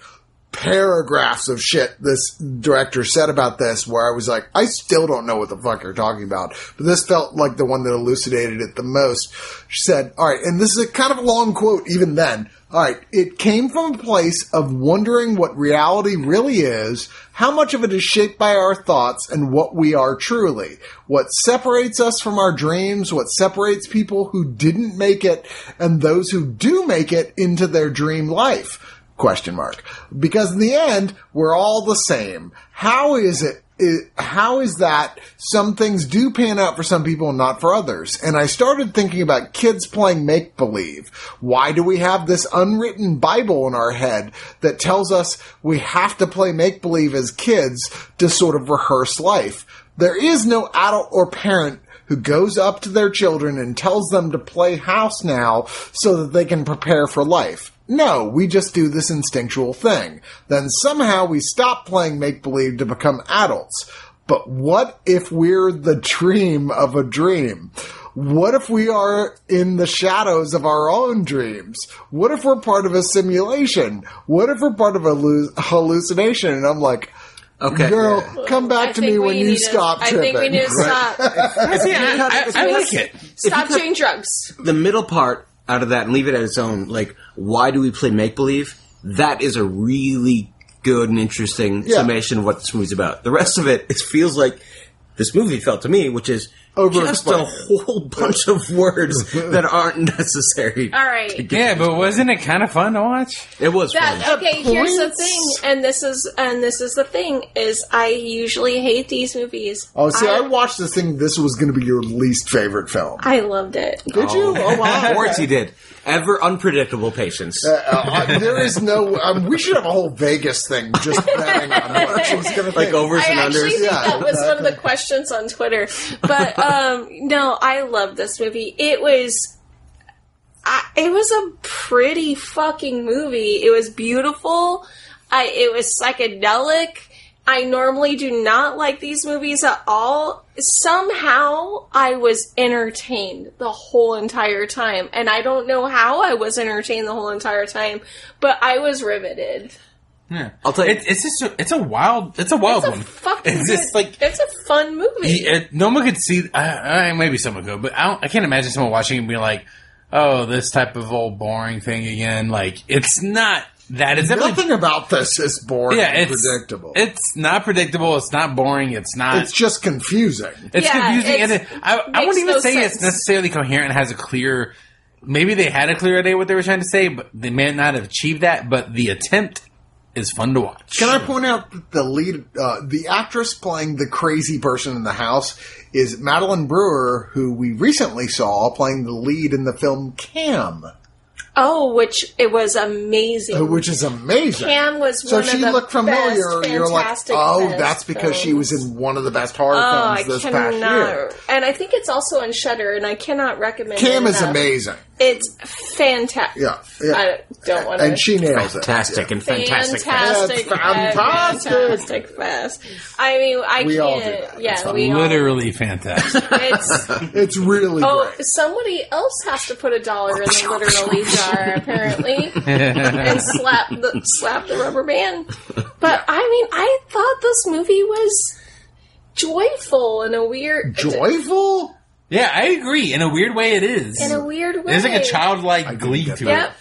Speaker 1: paragraphs of shit this director said about this where I was like, I still don't know what the fuck you're talking about. But this felt like the one that elucidated it the most. She said, All right, and this is a kind of long quote even then. All right, it came from a place of wondering what reality really is, how much of it is shaped by our thoughts, and what we are truly. What separates us from our dreams, what separates people who didn't make it and those who do make it into their dream life question mark because in the end we're all the same how is it i- how is that some things do pan out for some people and not for others and i started thinking about kids playing make believe why do we have this unwritten bible in our head that tells us we have to play make believe as kids to sort of rehearse life there is no adult or parent who goes up to their children and tells them to play house now so that they can prepare for life. No, we just do this instinctual thing. Then somehow we stop playing make believe to become adults. But what if we're the dream of a dream? What if we are in the shadows of our own dreams? What if we're part of a simulation? What if we're part of a lu- hallucination? And I'm like,
Speaker 2: Okay.
Speaker 1: girl, come back
Speaker 3: I
Speaker 1: to
Speaker 3: think
Speaker 1: me
Speaker 3: we
Speaker 1: when you
Speaker 3: need to-
Speaker 1: stop
Speaker 3: I
Speaker 1: tripping.
Speaker 3: think we need to stop.
Speaker 2: I, I like it.
Speaker 3: Stop doing drugs.
Speaker 2: The middle part out of that and leave it at its own. Like, why do we play make believe? That is a really good and interesting
Speaker 1: Yeah.
Speaker 2: summation of what this movie's about. The rest of it, it feels like this movie felt to me, which is
Speaker 1: Over-
Speaker 2: just a whole bunch of words that aren't necessary.
Speaker 3: All right.
Speaker 4: Yeah, but wasn't it kind of fun to watch?
Speaker 2: It was
Speaker 3: That,
Speaker 2: fun.
Speaker 3: okay, here's the thing, and this is and this is the thing is I usually hate these movies.
Speaker 1: Oh, see, I,
Speaker 3: I-
Speaker 1: watched this thing. This was going to be your least favorite film.
Speaker 3: I loved it.
Speaker 1: Did you? Oh,
Speaker 2: Of
Speaker 1: wow.
Speaker 2: course he did. Ever unpredictable patience.
Speaker 1: Uh, uh, there is no. Um, we should have a whole Vegas thing just betting on what she was going to think.
Speaker 2: like overs
Speaker 3: I
Speaker 2: and
Speaker 3: actually
Speaker 2: unders.
Speaker 3: think
Speaker 1: Yeah,
Speaker 3: that was one of the questions on Twitter. But um, no, I love this movie. It was, I, it was a pretty fucking movie. It was beautiful. I, it was psychedelic. I normally do not like these movies at all. Somehow I was entertained the whole entire time. And I don't know how I was entertained the whole entire time, but I was riveted.
Speaker 4: Yeah.
Speaker 2: I'll tell you-
Speaker 4: It, it's just a, it's a wild it's a wild
Speaker 3: It's a
Speaker 4: one.
Speaker 3: fucking
Speaker 4: it's just
Speaker 3: good-
Speaker 4: like
Speaker 3: it's a fun movie.
Speaker 4: Yeah, no one could see. I, I, maybe someone could, but I, don't, I can't imagine someone watching it and being like, "Oh, this type of old boring thing again." Like, it's not that. It's definitely
Speaker 1: Nothing about this is boring
Speaker 4: yeah,
Speaker 1: and
Speaker 4: it's
Speaker 1: predictable. It's,
Speaker 4: It's not predictable. It's not boring. It's not. It's,
Speaker 1: just confusing.
Speaker 3: Yeah,
Speaker 4: confusing, and
Speaker 3: it's-
Speaker 4: it, I, I
Speaker 3: makes
Speaker 4: wouldn't even
Speaker 3: no
Speaker 4: say
Speaker 3: sense.
Speaker 4: it's necessarily coherent. and Has a clear. Maybe they had a clear idea what they were trying to say, but they may not have achieved that. But the attempt is fun to watch.
Speaker 1: Can I point out that the lead, uh, the actress playing the crazy person in the house is Madeline Brewer, who we recently saw playing the lead in the film Cam,
Speaker 3: Oh, which it was amazing.
Speaker 1: uh, which is amazing.
Speaker 3: Cam was
Speaker 1: So
Speaker 3: one
Speaker 1: she
Speaker 3: of the
Speaker 1: looked familiar.
Speaker 3: Best,
Speaker 1: you're like,
Speaker 3: fantastic
Speaker 1: oh,
Speaker 3: best
Speaker 1: that's because she was
Speaker 3: films.
Speaker 1: in one of the best horror
Speaker 3: Oh, I
Speaker 1: films this
Speaker 3: cannot.
Speaker 1: past year.
Speaker 3: And I think it's also on Shutter, and I cannot recommend.
Speaker 1: Cam
Speaker 3: it
Speaker 1: is
Speaker 3: enough.
Speaker 1: amazing.
Speaker 3: It's fantastic.
Speaker 1: Yeah, yeah.
Speaker 3: I don't want to.
Speaker 1: and she nails it.
Speaker 2: Fantastic and fantastic.
Speaker 3: Fantastic,
Speaker 1: That's fantastic.
Speaker 3: fantastic fest. I mean, I
Speaker 1: We
Speaker 3: can't.
Speaker 1: all do that. That's
Speaker 3: Yeah,
Speaker 1: fine.
Speaker 3: we
Speaker 4: Literally fantastic.
Speaker 3: All, it's
Speaker 1: It's really
Speaker 3: Oh,
Speaker 1: great.
Speaker 3: somebody else has to put a dollar in
Speaker 1: Oh,
Speaker 3: the literally jar, apparently, and slap the slap the rubber band. But I mean, I thought this movie was joyful in a weird
Speaker 1: Joyful?
Speaker 4: yeah, I agree. In a weird way, it is.
Speaker 3: in a weird way.
Speaker 4: There's like a childlike glee to it.
Speaker 3: Yep.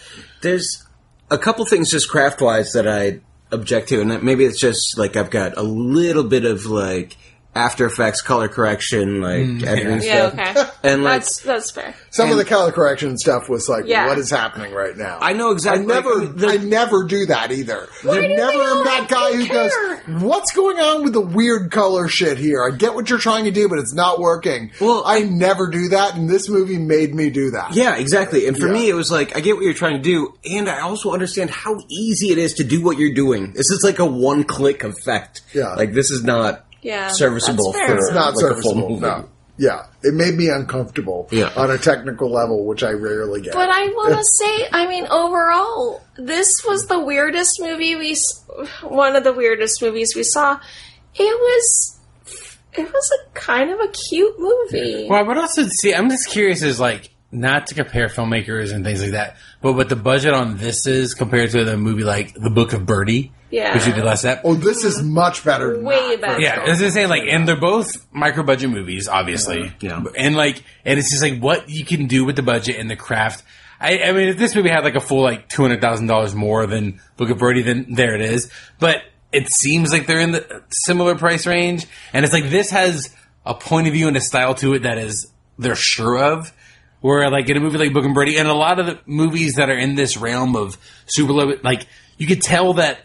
Speaker 2: There's a couple things just craft wise that I object to, and that- maybe it's just like I've got a little bit of like After Effects color correction, like
Speaker 1: Mm,
Speaker 2: editing
Speaker 3: Yeah.
Speaker 2: stuff.
Speaker 3: Okay.
Speaker 2: And like
Speaker 3: That's that's fair.
Speaker 1: Some of the color correction stuff was like,
Speaker 3: Yeah.
Speaker 1: what is happening right now?
Speaker 2: I know exactly.
Speaker 1: I never,
Speaker 2: like, the-
Speaker 1: I never do that either. I
Speaker 3: do
Speaker 1: never
Speaker 3: they all
Speaker 1: am that
Speaker 3: have
Speaker 1: guy
Speaker 3: pink
Speaker 1: who
Speaker 3: hair?
Speaker 1: goes, "What's going on with the weird color shit here?" I get what you're trying to do, but it's not working.
Speaker 2: Well,
Speaker 1: I never do that, and this movie made me do that.
Speaker 2: yeah, exactly. And for
Speaker 1: Yeah.
Speaker 2: me, it was like I get what you're trying to do, and I also understand how easy it is to do what you're doing. This is like a one click effect.
Speaker 1: Yeah.
Speaker 2: like this is not
Speaker 3: Yeah,
Speaker 2: serviceable
Speaker 3: that's fair.
Speaker 2: for
Speaker 3: It's
Speaker 1: not
Speaker 2: like, a full
Speaker 1: serviceable.
Speaker 2: movie.
Speaker 1: No. Yeah, it made me uncomfortable
Speaker 2: Yeah.
Speaker 1: on a technical level, which I rarely get.
Speaker 3: But I want to say, I mean, overall, this was the weirdest movie we, s- one of the weirdest movies we saw. It was, it was a kind of a cute movie.
Speaker 4: Well, but also see, I'm just curious is like not to compare filmmakers and things like that, but what the budget on this is compared to the movie like The Book of Birdie,
Speaker 3: Yeah.
Speaker 4: which you did last that.
Speaker 1: oh, this is much better. than
Speaker 3: Way
Speaker 1: that.
Speaker 3: better.
Speaker 4: Yeah, I was gonna say like, and they're both micro budget movies, obviously.
Speaker 2: Yeah.
Speaker 4: and like, and it's just like what you can do with the budget and the craft. I, I mean, if this movie had like a full like two hundred thousand dollars more than Book of Birdie, then there it is. But it seems like they're in the similar price range, and it's like this has a point of view and a style to it that is they're sure of. Where like in a movie like Book and Birdie, and a lot of the movies that are in this realm of super low, like you could tell that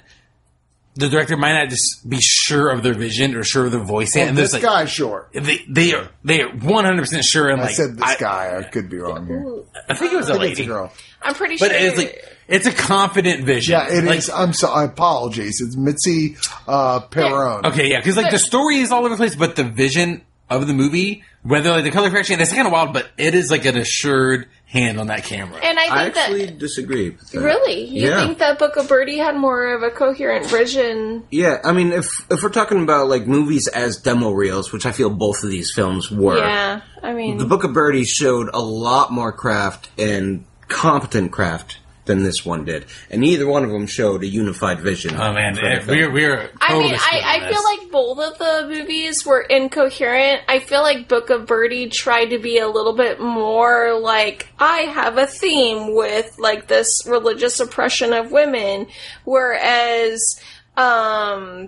Speaker 4: the director might not just be sure of their vision or sure of their voice.
Speaker 1: Oh,
Speaker 4: and
Speaker 1: this
Speaker 4: there's like,
Speaker 1: guy, sure.
Speaker 4: they they are they are one hundred percent sure. And
Speaker 1: I
Speaker 4: like,
Speaker 1: said this
Speaker 4: I,
Speaker 1: guy. I could be wrong here.
Speaker 4: I think it was a
Speaker 1: I think it's
Speaker 4: lady,
Speaker 1: a girl.
Speaker 3: I'm pretty
Speaker 4: but
Speaker 3: sure.
Speaker 4: it's like it's a confident vision.
Speaker 1: Yeah, it
Speaker 4: Like,
Speaker 1: is- I'm sorry. Apologies. It's Mitzi uh, Perrone.
Speaker 4: Okay, yeah, because like the
Speaker 3: But-
Speaker 4: story is all over the place, but the vision of the movie, whether like the color correction, it's kind of wild, but it is like an assured hand on that camera.
Speaker 3: and I
Speaker 2: I
Speaker 3: think
Speaker 2: actually
Speaker 3: that
Speaker 2: disagree. With that.
Speaker 3: really, you
Speaker 2: Yeah.
Speaker 3: think that Book of Birdie had more of a coherent vision?
Speaker 2: Yeah, I mean, if if we're talking about like movies as demo reels, which I feel both of these films were,
Speaker 3: Yeah, I mean,
Speaker 2: the Book of Birdie showed a lot more craft and competent craft than this one did, and neither one of them showed a unified vision.
Speaker 4: oh man,
Speaker 2: for the
Speaker 4: eh,
Speaker 2: film.
Speaker 4: we're we're.
Speaker 3: I mean,
Speaker 4: totally split on
Speaker 3: I, I
Speaker 4: this.
Speaker 3: feel like both of the movies were incoherent. I feel like Book of Birdie tried to be a little bit more like, I have a theme with like this religious oppression of women, whereas, um,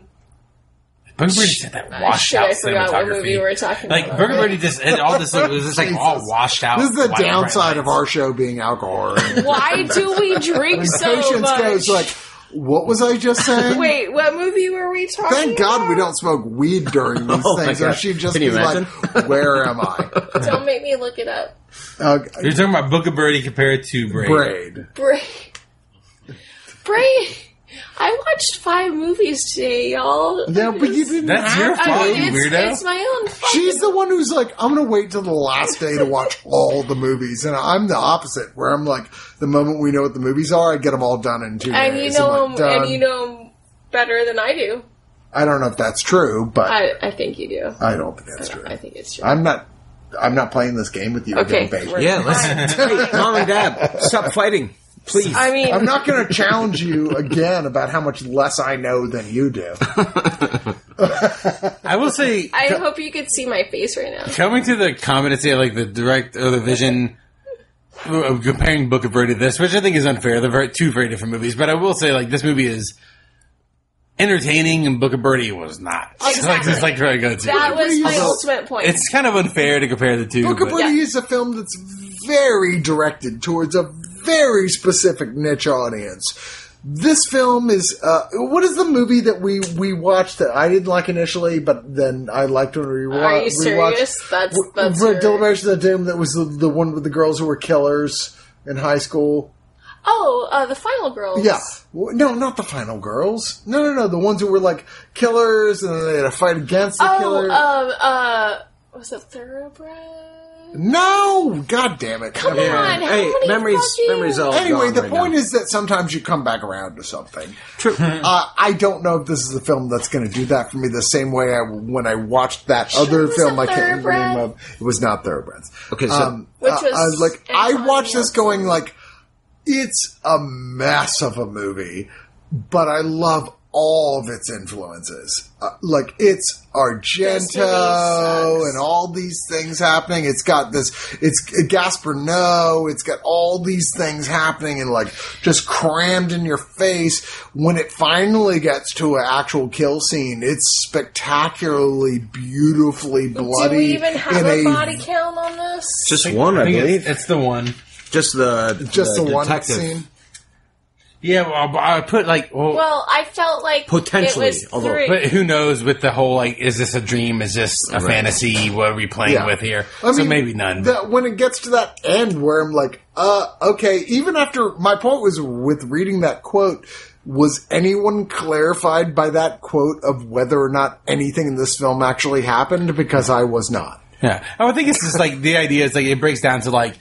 Speaker 4: Burger Birdie just had that washed
Speaker 3: shit,
Speaker 4: out
Speaker 3: I forgot what
Speaker 4: cinematography.
Speaker 3: movie we were talking
Speaker 4: like
Speaker 3: about.
Speaker 4: Burger Birdie just and all this like, was just like all
Speaker 1: Jesus.
Speaker 4: washed out.
Speaker 1: This is the
Speaker 4: white
Speaker 1: downside of
Speaker 4: lights.
Speaker 1: our show being alcohol. And
Speaker 3: why do we drink so
Speaker 1: patience
Speaker 3: much?
Speaker 1: goes like, what was I just saying?
Speaker 3: Wait, what movie were we talking
Speaker 1: Thank God we
Speaker 3: about?
Speaker 1: don't smoke weed during these
Speaker 2: Oh my
Speaker 1: things, or
Speaker 2: God.
Speaker 1: she'd just
Speaker 2: Can
Speaker 1: be
Speaker 2: you
Speaker 1: like, "Where am I?"
Speaker 3: Don't make me look it up.
Speaker 1: Uh,
Speaker 4: You're talking about Book of Birdie compared to Braid.
Speaker 1: braid.
Speaker 3: Bray. Bray. I watched five movies today, y'all.
Speaker 1: Yeah, but you didn't.
Speaker 4: That's
Speaker 1: have
Speaker 4: your
Speaker 1: to.
Speaker 4: fault.
Speaker 3: I mean,
Speaker 4: you
Speaker 3: it's,
Speaker 4: weirdo.
Speaker 3: it's my own fault.
Speaker 1: She's the one who's like, I'm going to wait till the last day to watch all the movies, and I'm the opposite, where I'm like, the moment we know what the movies are, I get them all done in two
Speaker 3: and you
Speaker 1: days.
Speaker 3: know
Speaker 1: I'm like,
Speaker 3: him, and
Speaker 1: done.
Speaker 3: you know him better than I do.
Speaker 1: I don't know if that's true, but I,
Speaker 3: I, I think you do.
Speaker 1: don't think that's true.
Speaker 3: I think it's true.
Speaker 1: I'm not. I'm not playing this game with you.
Speaker 3: Okay,
Speaker 1: again, babe.
Speaker 3: we're-
Speaker 2: yeah, let's Hey, mom and dad stop fighting, please.
Speaker 3: I mean,
Speaker 1: I'm not going to challenge you again about how much less I know than you do.
Speaker 4: I will say,
Speaker 3: I hope you could see my face right now.
Speaker 4: coming to the comment and say like the direct or the vision of comparing Book of Birdie to this, which I think is unfair. They're very, two very different movies, but I will say like this movie is entertaining, and Book of Birdie was not.
Speaker 3: Exactly.
Speaker 4: Like this, like trying to go to.
Speaker 3: That was my
Speaker 1: Well,
Speaker 3: ultimate point.
Speaker 4: it's kind of unfair to compare the two.
Speaker 1: Book of
Speaker 4: but-
Speaker 1: Birdie
Speaker 3: Yeah.
Speaker 1: is a film that's very directed towards a very specific niche audience. This film is uh, what is the movie that we we watched that I didn't like initially, but then I liked when we rewatched.
Speaker 3: Are you serious? That's that's. your-
Speaker 1: Deliberation of the Doom. That was the, the one with the girls who were killers in high school.
Speaker 3: Oh, uh, the final girls.
Speaker 1: Yeah, W- no, not the final girls. No, no, no, the ones who were like killers, and then they had a fight against the
Speaker 3: Oh,
Speaker 1: killer.
Speaker 3: um, uh, was it Thoroughbred?
Speaker 1: no, god damn it!
Speaker 3: Come
Speaker 1: Never
Speaker 3: on,
Speaker 1: mind.
Speaker 3: how
Speaker 2: hey,
Speaker 3: many
Speaker 2: memories,
Speaker 3: fucking-
Speaker 2: memories all
Speaker 1: Anyway,
Speaker 2: gone
Speaker 1: the
Speaker 2: right
Speaker 1: point
Speaker 2: now.
Speaker 1: is that sometimes you come back around to something.
Speaker 2: True.
Speaker 1: Uh, I don't know if this is the film that's going to do that for me. The same way I, when I watched that other
Speaker 3: was
Speaker 1: film,
Speaker 3: a
Speaker 1: I can't remember the name
Speaker 3: Thoroughbred.
Speaker 1: of. It was not Thoroughbreds.
Speaker 2: Okay, so-
Speaker 3: Which
Speaker 1: uh,
Speaker 3: was
Speaker 1: uh, like I
Speaker 3: Antonio
Speaker 1: watched this going like it's a mess of a movie, but I love all of its influences. Uh, like it's Argento
Speaker 3: sucks.
Speaker 1: and all these things happening. It's got this. It's Gasparno. It's got all these things happening and like just crammed in your face. When it finally gets to an actual kill scene, it's spectacularly, beautifully bloody.
Speaker 3: Do we even have
Speaker 1: in
Speaker 3: a body count on this?
Speaker 2: just one, I,
Speaker 4: I think it's-
Speaker 2: believe.
Speaker 4: it's the one.
Speaker 2: Just the
Speaker 1: Just the, one
Speaker 2: detective.
Speaker 1: scene.
Speaker 4: Yeah, well, I I put like well,
Speaker 3: Well, I felt like
Speaker 2: Potentially,
Speaker 3: it was
Speaker 2: although-
Speaker 3: three.
Speaker 4: But who knows with the whole like, is this a dream? Is this a fantasy? What are we playing
Speaker 1: Yeah.
Speaker 4: with here?
Speaker 1: I
Speaker 4: so
Speaker 1: mean,
Speaker 4: maybe none. but-
Speaker 1: That when it gets to that end where I'm like, uh, okay. Even after my point was with reading that quote, was anyone clarified by that quote of whether or not anything in this film actually happened? Because I was not.
Speaker 4: Yeah, I would think it's just like the idea is like it breaks down to like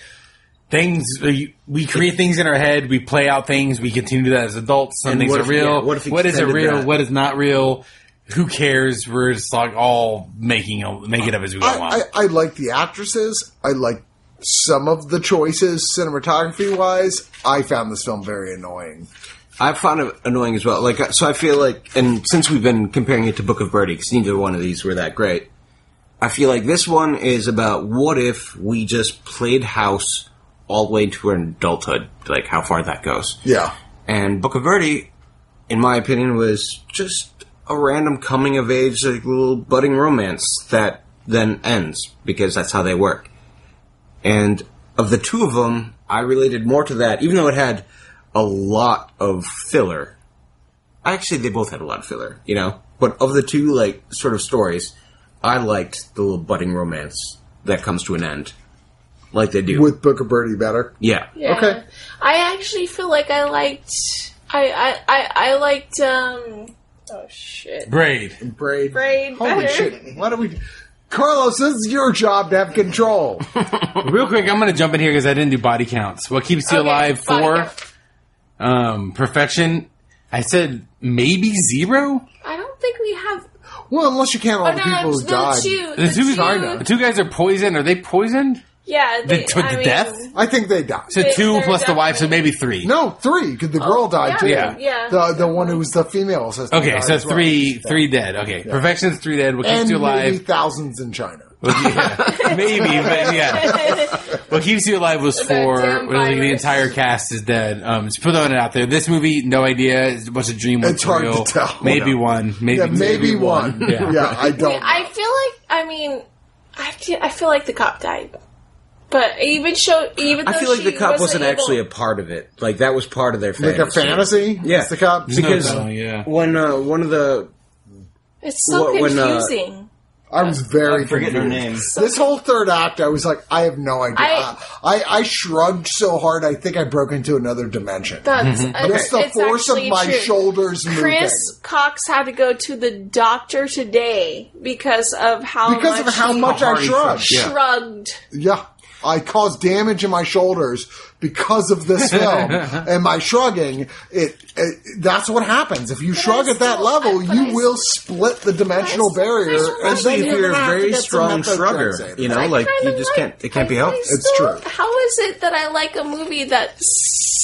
Speaker 4: things we we create things in our head, we play out things, we continue to do that as adults. Some
Speaker 2: And
Speaker 4: things
Speaker 2: what
Speaker 4: are
Speaker 2: if-
Speaker 4: real.
Speaker 2: yeah, what if he
Speaker 4: what is
Speaker 2: extended
Speaker 4: real?
Speaker 2: that?
Speaker 4: What is not real? Who cares? We're just like all making a, make it up as we go along.
Speaker 1: I, I, I like the actresses. I like some of the choices cinematography wise. I found this film very annoying.
Speaker 2: I found it annoying as well. Like, uh, so I feel like, and since we've been comparing it to Book of Birdie, because neither one of these were that great, I feel like this one is about what if we just played house all the way to our adulthood, like how far that goes.
Speaker 1: Yeah.
Speaker 2: And Book of Birdie, in my opinion, was just a random coming of age, like little budding romance that then ends because that's how they work. And of the two of them, I related more to that, even though it had a lot of filler. Actually, they both had a lot of filler, you know. But of the two, like sort of stories, I liked the little budding romance that comes to an end, like they do.
Speaker 1: With Book of Birdie better.
Speaker 2: yeah,
Speaker 3: Yeah.
Speaker 1: Okay.
Speaker 3: I actually feel like I liked. I I I, I liked. Um. Oh shit.
Speaker 4: Braid.
Speaker 1: Braid.
Speaker 3: Braid
Speaker 1: Holy
Speaker 3: better.
Speaker 1: shit. Why do we. Carlos, this is your job to have control.
Speaker 4: Real quick, I'm going to jump in here because I didn't do body counts. What keeps you
Speaker 3: Okay,
Speaker 4: alive?
Speaker 3: body
Speaker 4: Four.
Speaker 3: count.
Speaker 4: Um, perfection. I said maybe zero.
Speaker 3: I don't think we have.
Speaker 1: well, unless you count all
Speaker 3: Oh
Speaker 1: the
Speaker 3: no,
Speaker 1: people
Speaker 3: it's
Speaker 1: who
Speaker 3: the
Speaker 1: died.
Speaker 3: two.
Speaker 4: The two,
Speaker 3: two.
Speaker 4: the two guys are poisoned. Are they poisoned?
Speaker 3: Yeah. They,
Speaker 4: to
Speaker 3: I
Speaker 4: the
Speaker 3: mean,
Speaker 4: death?
Speaker 1: I think they died.
Speaker 4: So
Speaker 3: They-
Speaker 4: two
Speaker 3: they're
Speaker 4: plus the wife, so maybe
Speaker 3: definitely-
Speaker 4: three.
Speaker 1: No, three, because the girl died
Speaker 3: Oh, yeah,
Speaker 1: too.
Speaker 3: yeah, yeah.
Speaker 1: The, the one who was the female assistant.
Speaker 4: Okay,
Speaker 1: died
Speaker 4: so
Speaker 1: as well.
Speaker 4: three, three dead. Okay, perfection's three dead. What keeps
Speaker 1: And
Speaker 4: you
Speaker 1: maybe
Speaker 4: alive?
Speaker 1: thousands in China.
Speaker 4: Yeah. maybe, but yeah. What keeps you alive was
Speaker 3: That
Speaker 4: four.
Speaker 3: damn
Speaker 4: was like the
Speaker 3: virus.
Speaker 4: entire cast is dead. Um, just throwing it out there. This movie, no idea. What's a dream? What's
Speaker 1: It's hard to
Speaker 4: real.
Speaker 1: tell.
Speaker 4: Maybe one. Maybe
Speaker 1: Yeah, maybe one.
Speaker 4: Yeah.
Speaker 1: Yeah, I don't.
Speaker 3: I feel like. I mean, I feel, I feel like the cop died, but even show even.
Speaker 2: I
Speaker 3: though
Speaker 2: feel like the
Speaker 3: she
Speaker 2: cop wasn't
Speaker 3: able-
Speaker 2: actually a part of it. Like that was part of their
Speaker 1: Like
Speaker 2: fantasy.
Speaker 1: a fantasy?
Speaker 2: Yeah.
Speaker 1: It's the cop?
Speaker 4: No
Speaker 2: Because-
Speaker 4: telling, yeah.
Speaker 2: When uh, one of the
Speaker 3: It's so
Speaker 2: Wh- when, uh,
Speaker 3: confusing.
Speaker 1: I was very
Speaker 2: forget her
Speaker 1: confused.
Speaker 2: name.
Speaker 1: This whole third act, I was like, I have no idea.
Speaker 3: I-
Speaker 1: I, I, shrugged so hard, I think I broke into another dimension.
Speaker 3: That's
Speaker 2: Mm-hmm.
Speaker 1: Just the
Speaker 3: it's
Speaker 1: force of
Speaker 3: actually
Speaker 1: my
Speaker 3: true.
Speaker 1: shoulders
Speaker 3: Chris Cox had to go to the doctor today because of how
Speaker 1: moving. Because
Speaker 3: much
Speaker 1: of how
Speaker 3: he
Speaker 1: much I shrugged. Yeah.
Speaker 3: shrugged.
Speaker 1: I caused damage in my shoulders because of this film. and my shrugging, it, it that's what happens. If you shrug
Speaker 3: I
Speaker 1: at that
Speaker 3: still-
Speaker 1: level,
Speaker 3: but I
Speaker 1: you will split the dimensional
Speaker 3: but I
Speaker 1: barrier.
Speaker 3: still
Speaker 1: and
Speaker 3: Especially
Speaker 1: then
Speaker 3: if
Speaker 1: you're
Speaker 2: you're
Speaker 1: gonna
Speaker 2: a
Speaker 1: have to
Speaker 2: very
Speaker 1: get some
Speaker 2: strong
Speaker 1: methotrexate.
Speaker 2: shrugger, you know,
Speaker 3: I
Speaker 2: like
Speaker 3: kinda
Speaker 2: you just
Speaker 3: like-
Speaker 2: can't. It can't be
Speaker 3: I
Speaker 2: helped.
Speaker 3: really
Speaker 1: It's
Speaker 3: still-
Speaker 1: true.
Speaker 3: How is it that I like a movie that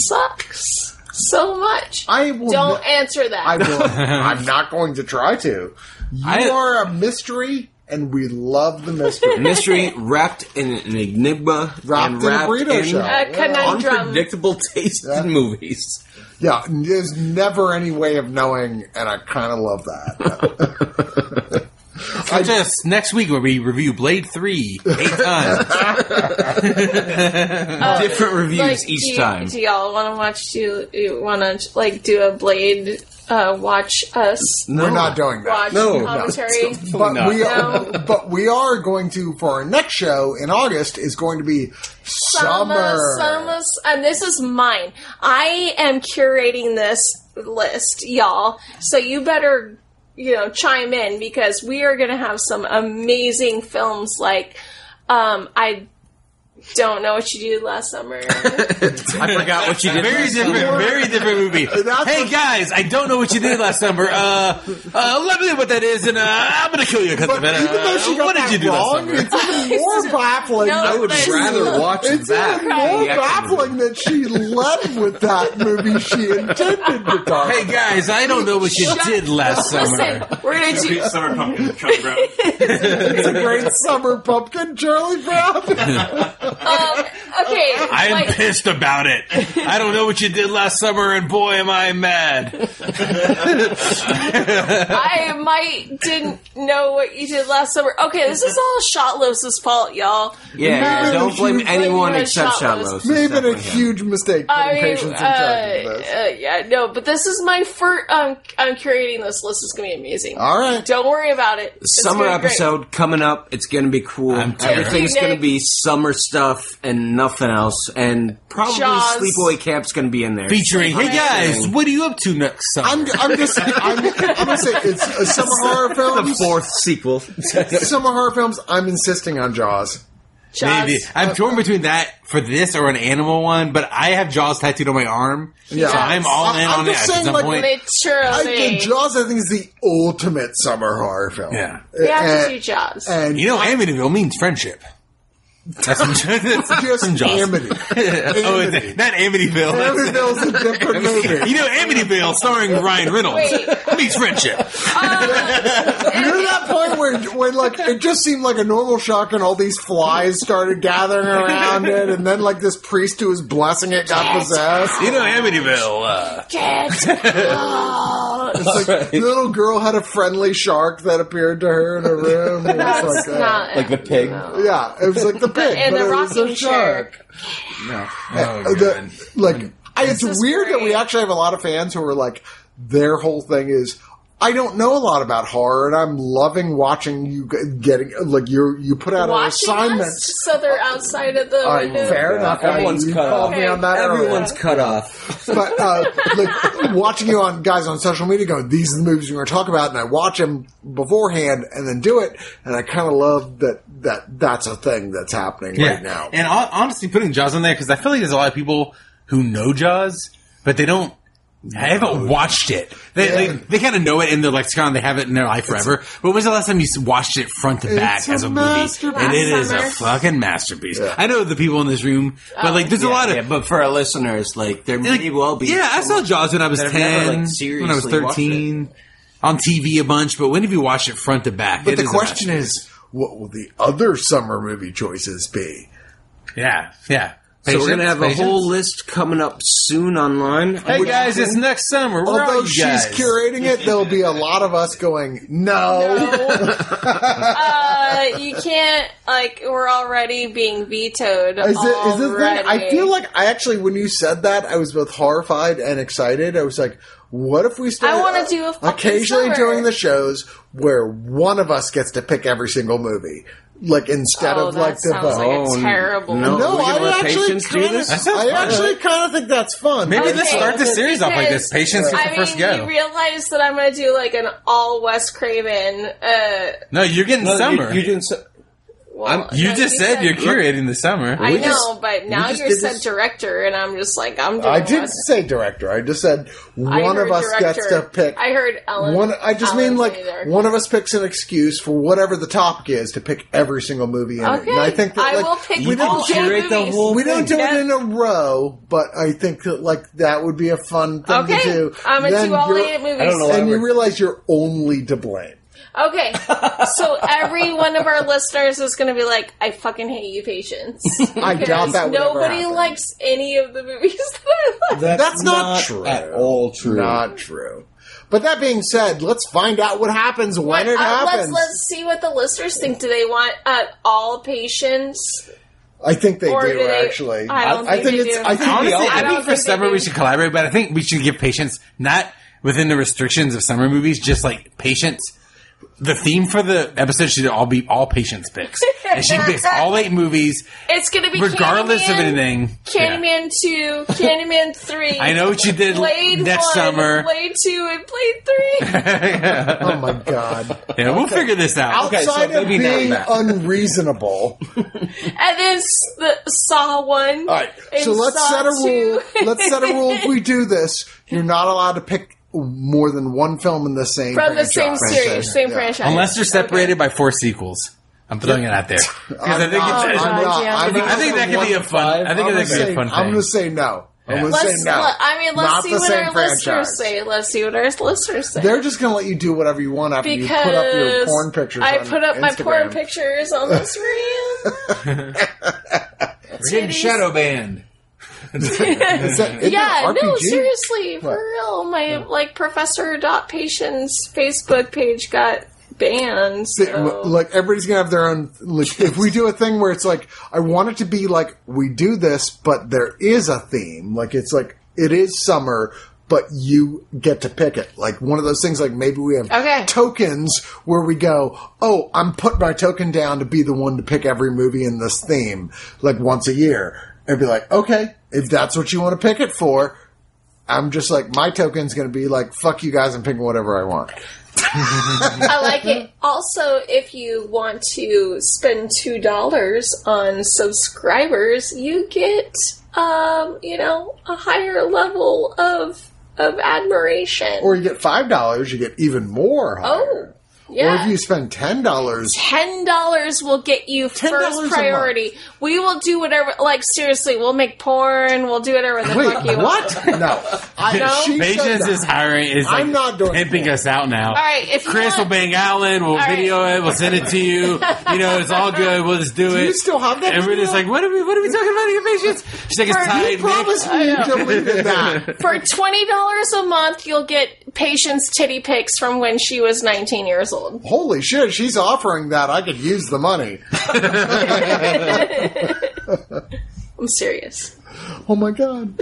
Speaker 3: sucks so much?
Speaker 1: I will
Speaker 3: don't
Speaker 1: ne-
Speaker 3: answer
Speaker 1: I
Speaker 3: that.
Speaker 1: will. I'm not going to try to. You
Speaker 4: I-
Speaker 1: are a mystery, and we love the mystery.
Speaker 2: Mystery wrapped in an enigma,
Speaker 1: Wrapped
Speaker 2: and
Speaker 1: in a
Speaker 2: wrapped
Speaker 1: burrito
Speaker 2: in
Speaker 1: shell.
Speaker 3: A conundrum.
Speaker 2: unpredictable taste in movies.
Speaker 1: yeah, there's never any way of knowing, and I kind of love that.
Speaker 4: Catch us next week when we review Blade Three eight times.
Speaker 2: Different reviews
Speaker 3: Uh, Like, do
Speaker 2: each
Speaker 3: you-
Speaker 2: time.
Speaker 3: Do y'all want to watch? Do you want to like do a blade? Uh, watch us
Speaker 1: We're not doing that.
Speaker 3: watch
Speaker 2: No, no.
Speaker 3: commentary.
Speaker 1: But we are,
Speaker 3: No.
Speaker 1: but we are going to for our next show in August is going to be summer.
Speaker 3: summer, and this is mine. I am curating this list, y'all. So you better, you know, chime in because we are going to have some amazing films. Like, um, I don't know what you do last summer.
Speaker 2: I forgot what you did.
Speaker 4: Very
Speaker 2: last
Speaker 4: different,
Speaker 2: summer.
Speaker 4: very different movie. hey guys, I don't know what you did last summer. Uh, uh, let me know what that is, and uh, I'm gonna kill you because of it.
Speaker 1: Even though she
Speaker 4: Uh,
Speaker 1: got
Speaker 4: what did
Speaker 1: that
Speaker 4: you do last
Speaker 1: wrong,
Speaker 4: summer?
Speaker 1: it's even more baffling.
Speaker 3: No,
Speaker 2: I would
Speaker 3: Nice.
Speaker 2: rather watch
Speaker 1: it's
Speaker 2: that.
Speaker 1: even
Speaker 2: than the
Speaker 1: more
Speaker 2: actual
Speaker 1: baffling
Speaker 2: movie.
Speaker 1: that she led with that movie she intended to talk.
Speaker 4: Hey guys, I don't know what you
Speaker 3: Shut-
Speaker 4: did last
Speaker 3: Listen,
Speaker 4: summer.
Speaker 3: we're going to do.
Speaker 6: Summer pumpkin, Charlie Brown.
Speaker 1: It's a great summer pumpkin, Charlie Brown.
Speaker 3: Um, okay,
Speaker 4: I'm
Speaker 3: like,
Speaker 4: pissed about it. I don't know what you did last summer, and boy, am I mad.
Speaker 3: I might didn't know what you did last summer. Okay, this is all Shotlos's fault, y'all.
Speaker 2: Yeah, yeah,
Speaker 1: Maybe
Speaker 2: don't
Speaker 1: she
Speaker 2: blame
Speaker 1: was
Speaker 2: anyone
Speaker 3: blaming
Speaker 2: except
Speaker 3: Shotlos.
Speaker 2: Shallows.
Speaker 1: May have been a huge mistake putting
Speaker 3: I mean,
Speaker 1: patients in charge of
Speaker 3: uh,
Speaker 1: this.
Speaker 3: uh, yeah, no, but this is my first. Um, I'm curating this list. It's gonna be amazing.
Speaker 1: All right.
Speaker 3: Don't worry about it. It's
Speaker 2: summer
Speaker 3: gonna be great.
Speaker 2: episode coming up. It's going to be cool.
Speaker 4: I'm terrified.
Speaker 2: Everything's going to be summer stuff and nothing else, and probably
Speaker 3: Jaws.
Speaker 2: Sleepaway Camp's going to be in there.
Speaker 4: Featuring, hey guys, what are you up to next summer?
Speaker 1: I'm, I'm just I'm, I'm gonna say it's uh, summer horror
Speaker 2: the
Speaker 1: films.
Speaker 2: fourth sequel.
Speaker 1: Summer horror films. I'm insisting on Jaws.
Speaker 3: Jaws.
Speaker 4: Maybe. I'm torn between that for this or an animal one, but I have Jaws tattooed on my arm,
Speaker 1: Yeah.
Speaker 4: so I'm all in
Speaker 1: I'm
Speaker 4: on it
Speaker 1: just
Speaker 4: at
Speaker 1: saying,
Speaker 4: some
Speaker 1: like,
Speaker 4: point.
Speaker 3: Literally.
Speaker 1: I think Jaws. I think is the ultimate summer horror film.
Speaker 4: Yeah.
Speaker 3: we have
Speaker 1: And-
Speaker 3: to do Jaws.
Speaker 1: and
Speaker 4: You know, Amityville means friendship. That's from, that's
Speaker 1: just
Speaker 4: from Jaws.
Speaker 1: Amity.
Speaker 4: oh, it's, not Amityville. That's-
Speaker 1: Amityville's a different movie.
Speaker 4: you know, Amityville starring Ryan Reynolds
Speaker 3: Wait.
Speaker 4: means friendship.
Speaker 1: You're that point where, where like it just seemed like a normal shock, and all these flies started gathering around it, and then like this priest who was blessing it got possessed.
Speaker 4: You know, Amityville. Uh,
Speaker 3: Get out.
Speaker 1: It's like the little girl had a friendly shark that appeared to her in a room. It was
Speaker 3: That's
Speaker 1: like, uh,
Speaker 3: not
Speaker 7: Like the pig.
Speaker 1: Yeah, it was like the pig,
Speaker 3: and
Speaker 1: but
Speaker 3: the
Speaker 1: it was a
Speaker 3: rocking
Speaker 1: shark.
Speaker 3: chair.
Speaker 4: oh,
Speaker 1: Uh, the-
Speaker 4: God.
Speaker 1: like I, it's
Speaker 3: is
Speaker 1: weird that we
Speaker 3: great.
Speaker 1: actually have a lot of fans who are like their whole thing is I don't know a lot about horror and I'm loving watching you g- getting like you you put out an
Speaker 3: watching
Speaker 1: assignment.
Speaker 3: us, so they're outside of the
Speaker 1: All right,
Speaker 3: window.
Speaker 1: fair enough. I-
Speaker 7: Everyone's
Speaker 1: you
Speaker 7: cut
Speaker 1: called
Speaker 7: off.
Speaker 1: me on that. earlier.
Speaker 7: Everyone's cut off.
Speaker 1: but uh, like watching you on guys on social media going, these are the movies we're going to talk about, and I watch them beforehand and then do it, and I kind of love that that that's a thing that's happening right now.
Speaker 4: And hon- honestly, putting Jaws on there because I feel like there's a lot of people who know Jaws, but they don't. They haven't watched it. They
Speaker 1: Yeah.
Speaker 4: they, they kind of know it in their lexicon. They have it in their life forever. but when was the last time you s- watched it front to back
Speaker 1: a
Speaker 4: as a movie?
Speaker 1: masterpiece.
Speaker 4: And it is a
Speaker 3: Summer.
Speaker 4: fucking masterpiece. I know the people in this room, but like there's a lot of.
Speaker 7: Yeah, but for our listeners, like there
Speaker 4: like,
Speaker 7: may well be.
Speaker 4: yeah, I saw Jaws when I was
Speaker 7: that I've never,
Speaker 4: ten,
Speaker 7: like,
Speaker 4: when I was
Speaker 7: seriously
Speaker 4: thirteen, on TV a bunch. But when have you watched it front to back?
Speaker 1: But the question is, what will the other summer movie choices be?
Speaker 4: yeah, yeah.
Speaker 2: So we're going to
Speaker 4: Patience,
Speaker 2: have a
Speaker 4: patience.
Speaker 2: whole list coming up soon online.
Speaker 4: Hey guys, it's next summer. Where are
Speaker 1: Although
Speaker 4: you
Speaker 1: she's
Speaker 4: guys?
Speaker 1: curating it, there'll be a lot of us going, no.
Speaker 3: uh, you can't like we're already being vetoed.
Speaker 1: Is it is this thing? I
Speaker 3: already.
Speaker 1: feel like I actually, when you said that, I was both horrified and excited. I was like, "What if we started?"
Speaker 3: I wanna do a fucking
Speaker 1: occasionally
Speaker 3: summer.
Speaker 1: doing the shows where one of us gets to pick every single movie, like instead
Speaker 3: oh,
Speaker 1: of
Speaker 3: that
Speaker 1: like the
Speaker 3: sounds like
Speaker 2: Oh,
Speaker 3: a terrible.
Speaker 2: no.
Speaker 1: no,
Speaker 2: Are we gonna
Speaker 1: I
Speaker 2: let
Speaker 1: actually
Speaker 2: patients do
Speaker 1: kind of,
Speaker 2: this? That
Speaker 4: sounds
Speaker 1: I
Speaker 4: fun.
Speaker 1: actually kind of think that's fun.
Speaker 4: Maybe let's
Speaker 3: Okay,
Speaker 4: start the series off like this.
Speaker 3: because-
Speaker 4: Patience gets
Speaker 3: I
Speaker 4: the
Speaker 3: mean,
Speaker 4: first go.
Speaker 3: you realize that I'm going to do like an all Wes Craven. Uh,
Speaker 4: no, you're getting
Speaker 7: No,
Speaker 4: summer.
Speaker 7: You,
Speaker 4: You,
Speaker 7: you didn't. s-
Speaker 3: well, no,
Speaker 4: just said, you're curating the summer.
Speaker 3: I
Speaker 4: We
Speaker 3: know,
Speaker 4: just-
Speaker 3: but now
Speaker 1: just
Speaker 3: you're
Speaker 1: did
Speaker 3: said
Speaker 1: this-
Speaker 3: director, and I'm just like I'm. Doing
Speaker 1: I didn't
Speaker 3: Wes.
Speaker 1: say director. I just said
Speaker 3: I
Speaker 1: one
Speaker 3: heard
Speaker 1: of us
Speaker 3: director.
Speaker 1: gets to pick.
Speaker 3: I heard Ellen.
Speaker 1: One, I just
Speaker 3: Ellen's
Speaker 1: mean like
Speaker 3: either.
Speaker 1: one of us picks an excuse for whatever the topic is to pick every single movie in it.
Speaker 3: Okay,
Speaker 1: And I think that like,
Speaker 3: will pick
Speaker 1: we
Speaker 3: all
Speaker 1: don't
Speaker 3: eight
Speaker 7: curate the
Speaker 3: movies.
Speaker 7: whole-
Speaker 1: we don't do
Speaker 3: Yeah.
Speaker 1: it in a row, but I think that like that would be a fun thing
Speaker 3: Okay,
Speaker 1: to do.
Speaker 3: I'm gonna
Speaker 1: Then
Speaker 3: do all
Speaker 1: you're-
Speaker 3: eight movies.
Speaker 7: I don't know why
Speaker 1: And you
Speaker 7: we're-
Speaker 1: realize you're only to blame.
Speaker 3: Okay, so every one of our listeners is going to be like, "I fucking hate you, patience."
Speaker 1: I doubt that. Would ever
Speaker 3: Nobody
Speaker 1: happen.
Speaker 3: likes any of the movies that I Uh, like.
Speaker 1: That's not true.
Speaker 7: At all true.
Speaker 1: Not true. But that being said, let's find out what happens when it
Speaker 3: Uh,
Speaker 1: happens.
Speaker 3: Let's, let's see what the listeners think. Do they want uh, all patients?
Speaker 1: I think they
Speaker 3: Or
Speaker 1: do,
Speaker 3: do they-
Speaker 1: actually.
Speaker 3: I don't think they
Speaker 1: it's.
Speaker 3: do.
Speaker 1: I think they
Speaker 4: Honestly,
Speaker 1: all
Speaker 4: I,
Speaker 3: I
Speaker 4: think
Speaker 3: don't
Speaker 4: for
Speaker 3: think they
Speaker 4: summer we
Speaker 3: do.
Speaker 4: should collaborate, but I think we should give patience not within the restrictions of summer movies, just like patience. The theme for the episode should all be all patience picks, and she picks all eight movies,
Speaker 3: It's going to be
Speaker 4: regardless
Speaker 3: Candyman,
Speaker 4: of anything. Yeah.
Speaker 3: Candyman two, Candyman three.
Speaker 4: I know what you did
Speaker 3: Blade
Speaker 4: next
Speaker 3: one,
Speaker 4: summer.
Speaker 3: Blade two, and Blade three.
Speaker 1: Oh my god.
Speaker 4: Yeah, we'll figure this out.
Speaker 7: Okay, so
Speaker 1: Outside of
Speaker 7: maybe not
Speaker 1: being
Speaker 7: that.
Speaker 1: unreasonable.
Speaker 3: and then s- the Saw one.
Speaker 1: All right. So
Speaker 3: and
Speaker 1: let's
Speaker 3: Saw
Speaker 1: set a rule.
Speaker 3: two.
Speaker 1: Let's set a rule. If we do this, you're not allowed to pick more than one film in the same
Speaker 3: from the same
Speaker 1: franchise.
Speaker 3: series, same
Speaker 1: Yeah.
Speaker 3: franchise.
Speaker 4: Unless they're separated by four sequels, I'm throwing it out there because I
Speaker 1: I'm
Speaker 4: think
Speaker 1: not-
Speaker 4: it's,
Speaker 1: I'm not-
Speaker 3: Yeah.
Speaker 1: I'm
Speaker 3: I think-
Speaker 4: I think
Speaker 1: not
Speaker 4: that could be a fun. I
Speaker 1: I'm
Speaker 4: think
Speaker 1: gonna
Speaker 4: that could be
Speaker 1: say-
Speaker 4: a fun
Speaker 1: I'm
Speaker 4: thing.
Speaker 1: going to say no. I'm
Speaker 4: Yeah.
Speaker 1: going to
Speaker 3: Let's,
Speaker 1: say no.
Speaker 3: let- I mean, let's
Speaker 1: Not
Speaker 3: see
Speaker 1: the
Speaker 3: what
Speaker 1: same
Speaker 3: our
Speaker 1: franchise.
Speaker 3: listeners say. Let's see what our listeners say.
Speaker 1: They're just going to let you do whatever you want after you put up your porn pictures.
Speaker 3: I
Speaker 1: on
Speaker 3: put up my porn
Speaker 1: Instagram.
Speaker 3: pictures on the screen.
Speaker 4: We're getting
Speaker 3: Titties.
Speaker 4: shadow banned.
Speaker 1: Is that- isn't
Speaker 3: yeah,
Speaker 1: it
Speaker 3: no,
Speaker 1: RPG?
Speaker 3: seriously, for
Speaker 1: What?
Speaker 3: real. My like professor dot patient's Facebook page got banned.
Speaker 1: Th-
Speaker 3: So.
Speaker 1: Like everybody's gonna have their own. Like, if we do a thing where it's like, I want it to be like we do this, but there is a theme. Like it's like it is summer, but you get to pick it. Like one of those things, like maybe we have
Speaker 3: Okay.
Speaker 1: tokens where we go, oh, I'm putting my token down to be the one to pick every movie in this theme, like once a year. And be like, okay, if that's what you want to pick it for, I'm just like, my token's going to be like, fuck you guys, I'm picking whatever I want.
Speaker 3: I like it.
Speaker 1: Mm-hmm.
Speaker 3: Also, if you want to spend two dollars on subscribers, you get um, you know, a higher level of of admiration.
Speaker 1: Or you get $5, you get even more.
Speaker 3: oh,
Speaker 1: higher. Or
Speaker 3: yeah.
Speaker 1: if you spend $10,
Speaker 3: Ten dollars will get you
Speaker 1: $10 a month.
Speaker 3: first priority. We will do whatever. Like seriously, we'll make porn. We'll do whatever the
Speaker 1: Wait,
Speaker 3: fuck you want.
Speaker 1: what? No. I, she said
Speaker 4: Patience
Speaker 1: that.
Speaker 4: is hiring. Is
Speaker 1: I'm
Speaker 4: like
Speaker 1: not doing
Speaker 4: pimping
Speaker 1: that.
Speaker 4: us out now.
Speaker 3: All right, if you
Speaker 4: Chris will
Speaker 3: want-
Speaker 4: bang Allen. We'll
Speaker 3: right.
Speaker 4: video it. We'll send it to you. You know, it's all good. We'll just do
Speaker 1: Do
Speaker 4: it.
Speaker 1: you still have that?
Speaker 4: and we're just like,
Speaker 1: video?
Speaker 4: what are we? What are we talking about? Your patience? She's like, it's
Speaker 1: you
Speaker 4: tied.
Speaker 1: promised me you deleted that.
Speaker 3: For twenty dollars a month, you'll get patient's titty pics from when she was nineteen years old.
Speaker 1: Holy shit, she's offering that. I could use the money.
Speaker 3: I'm serious.
Speaker 1: Oh my god.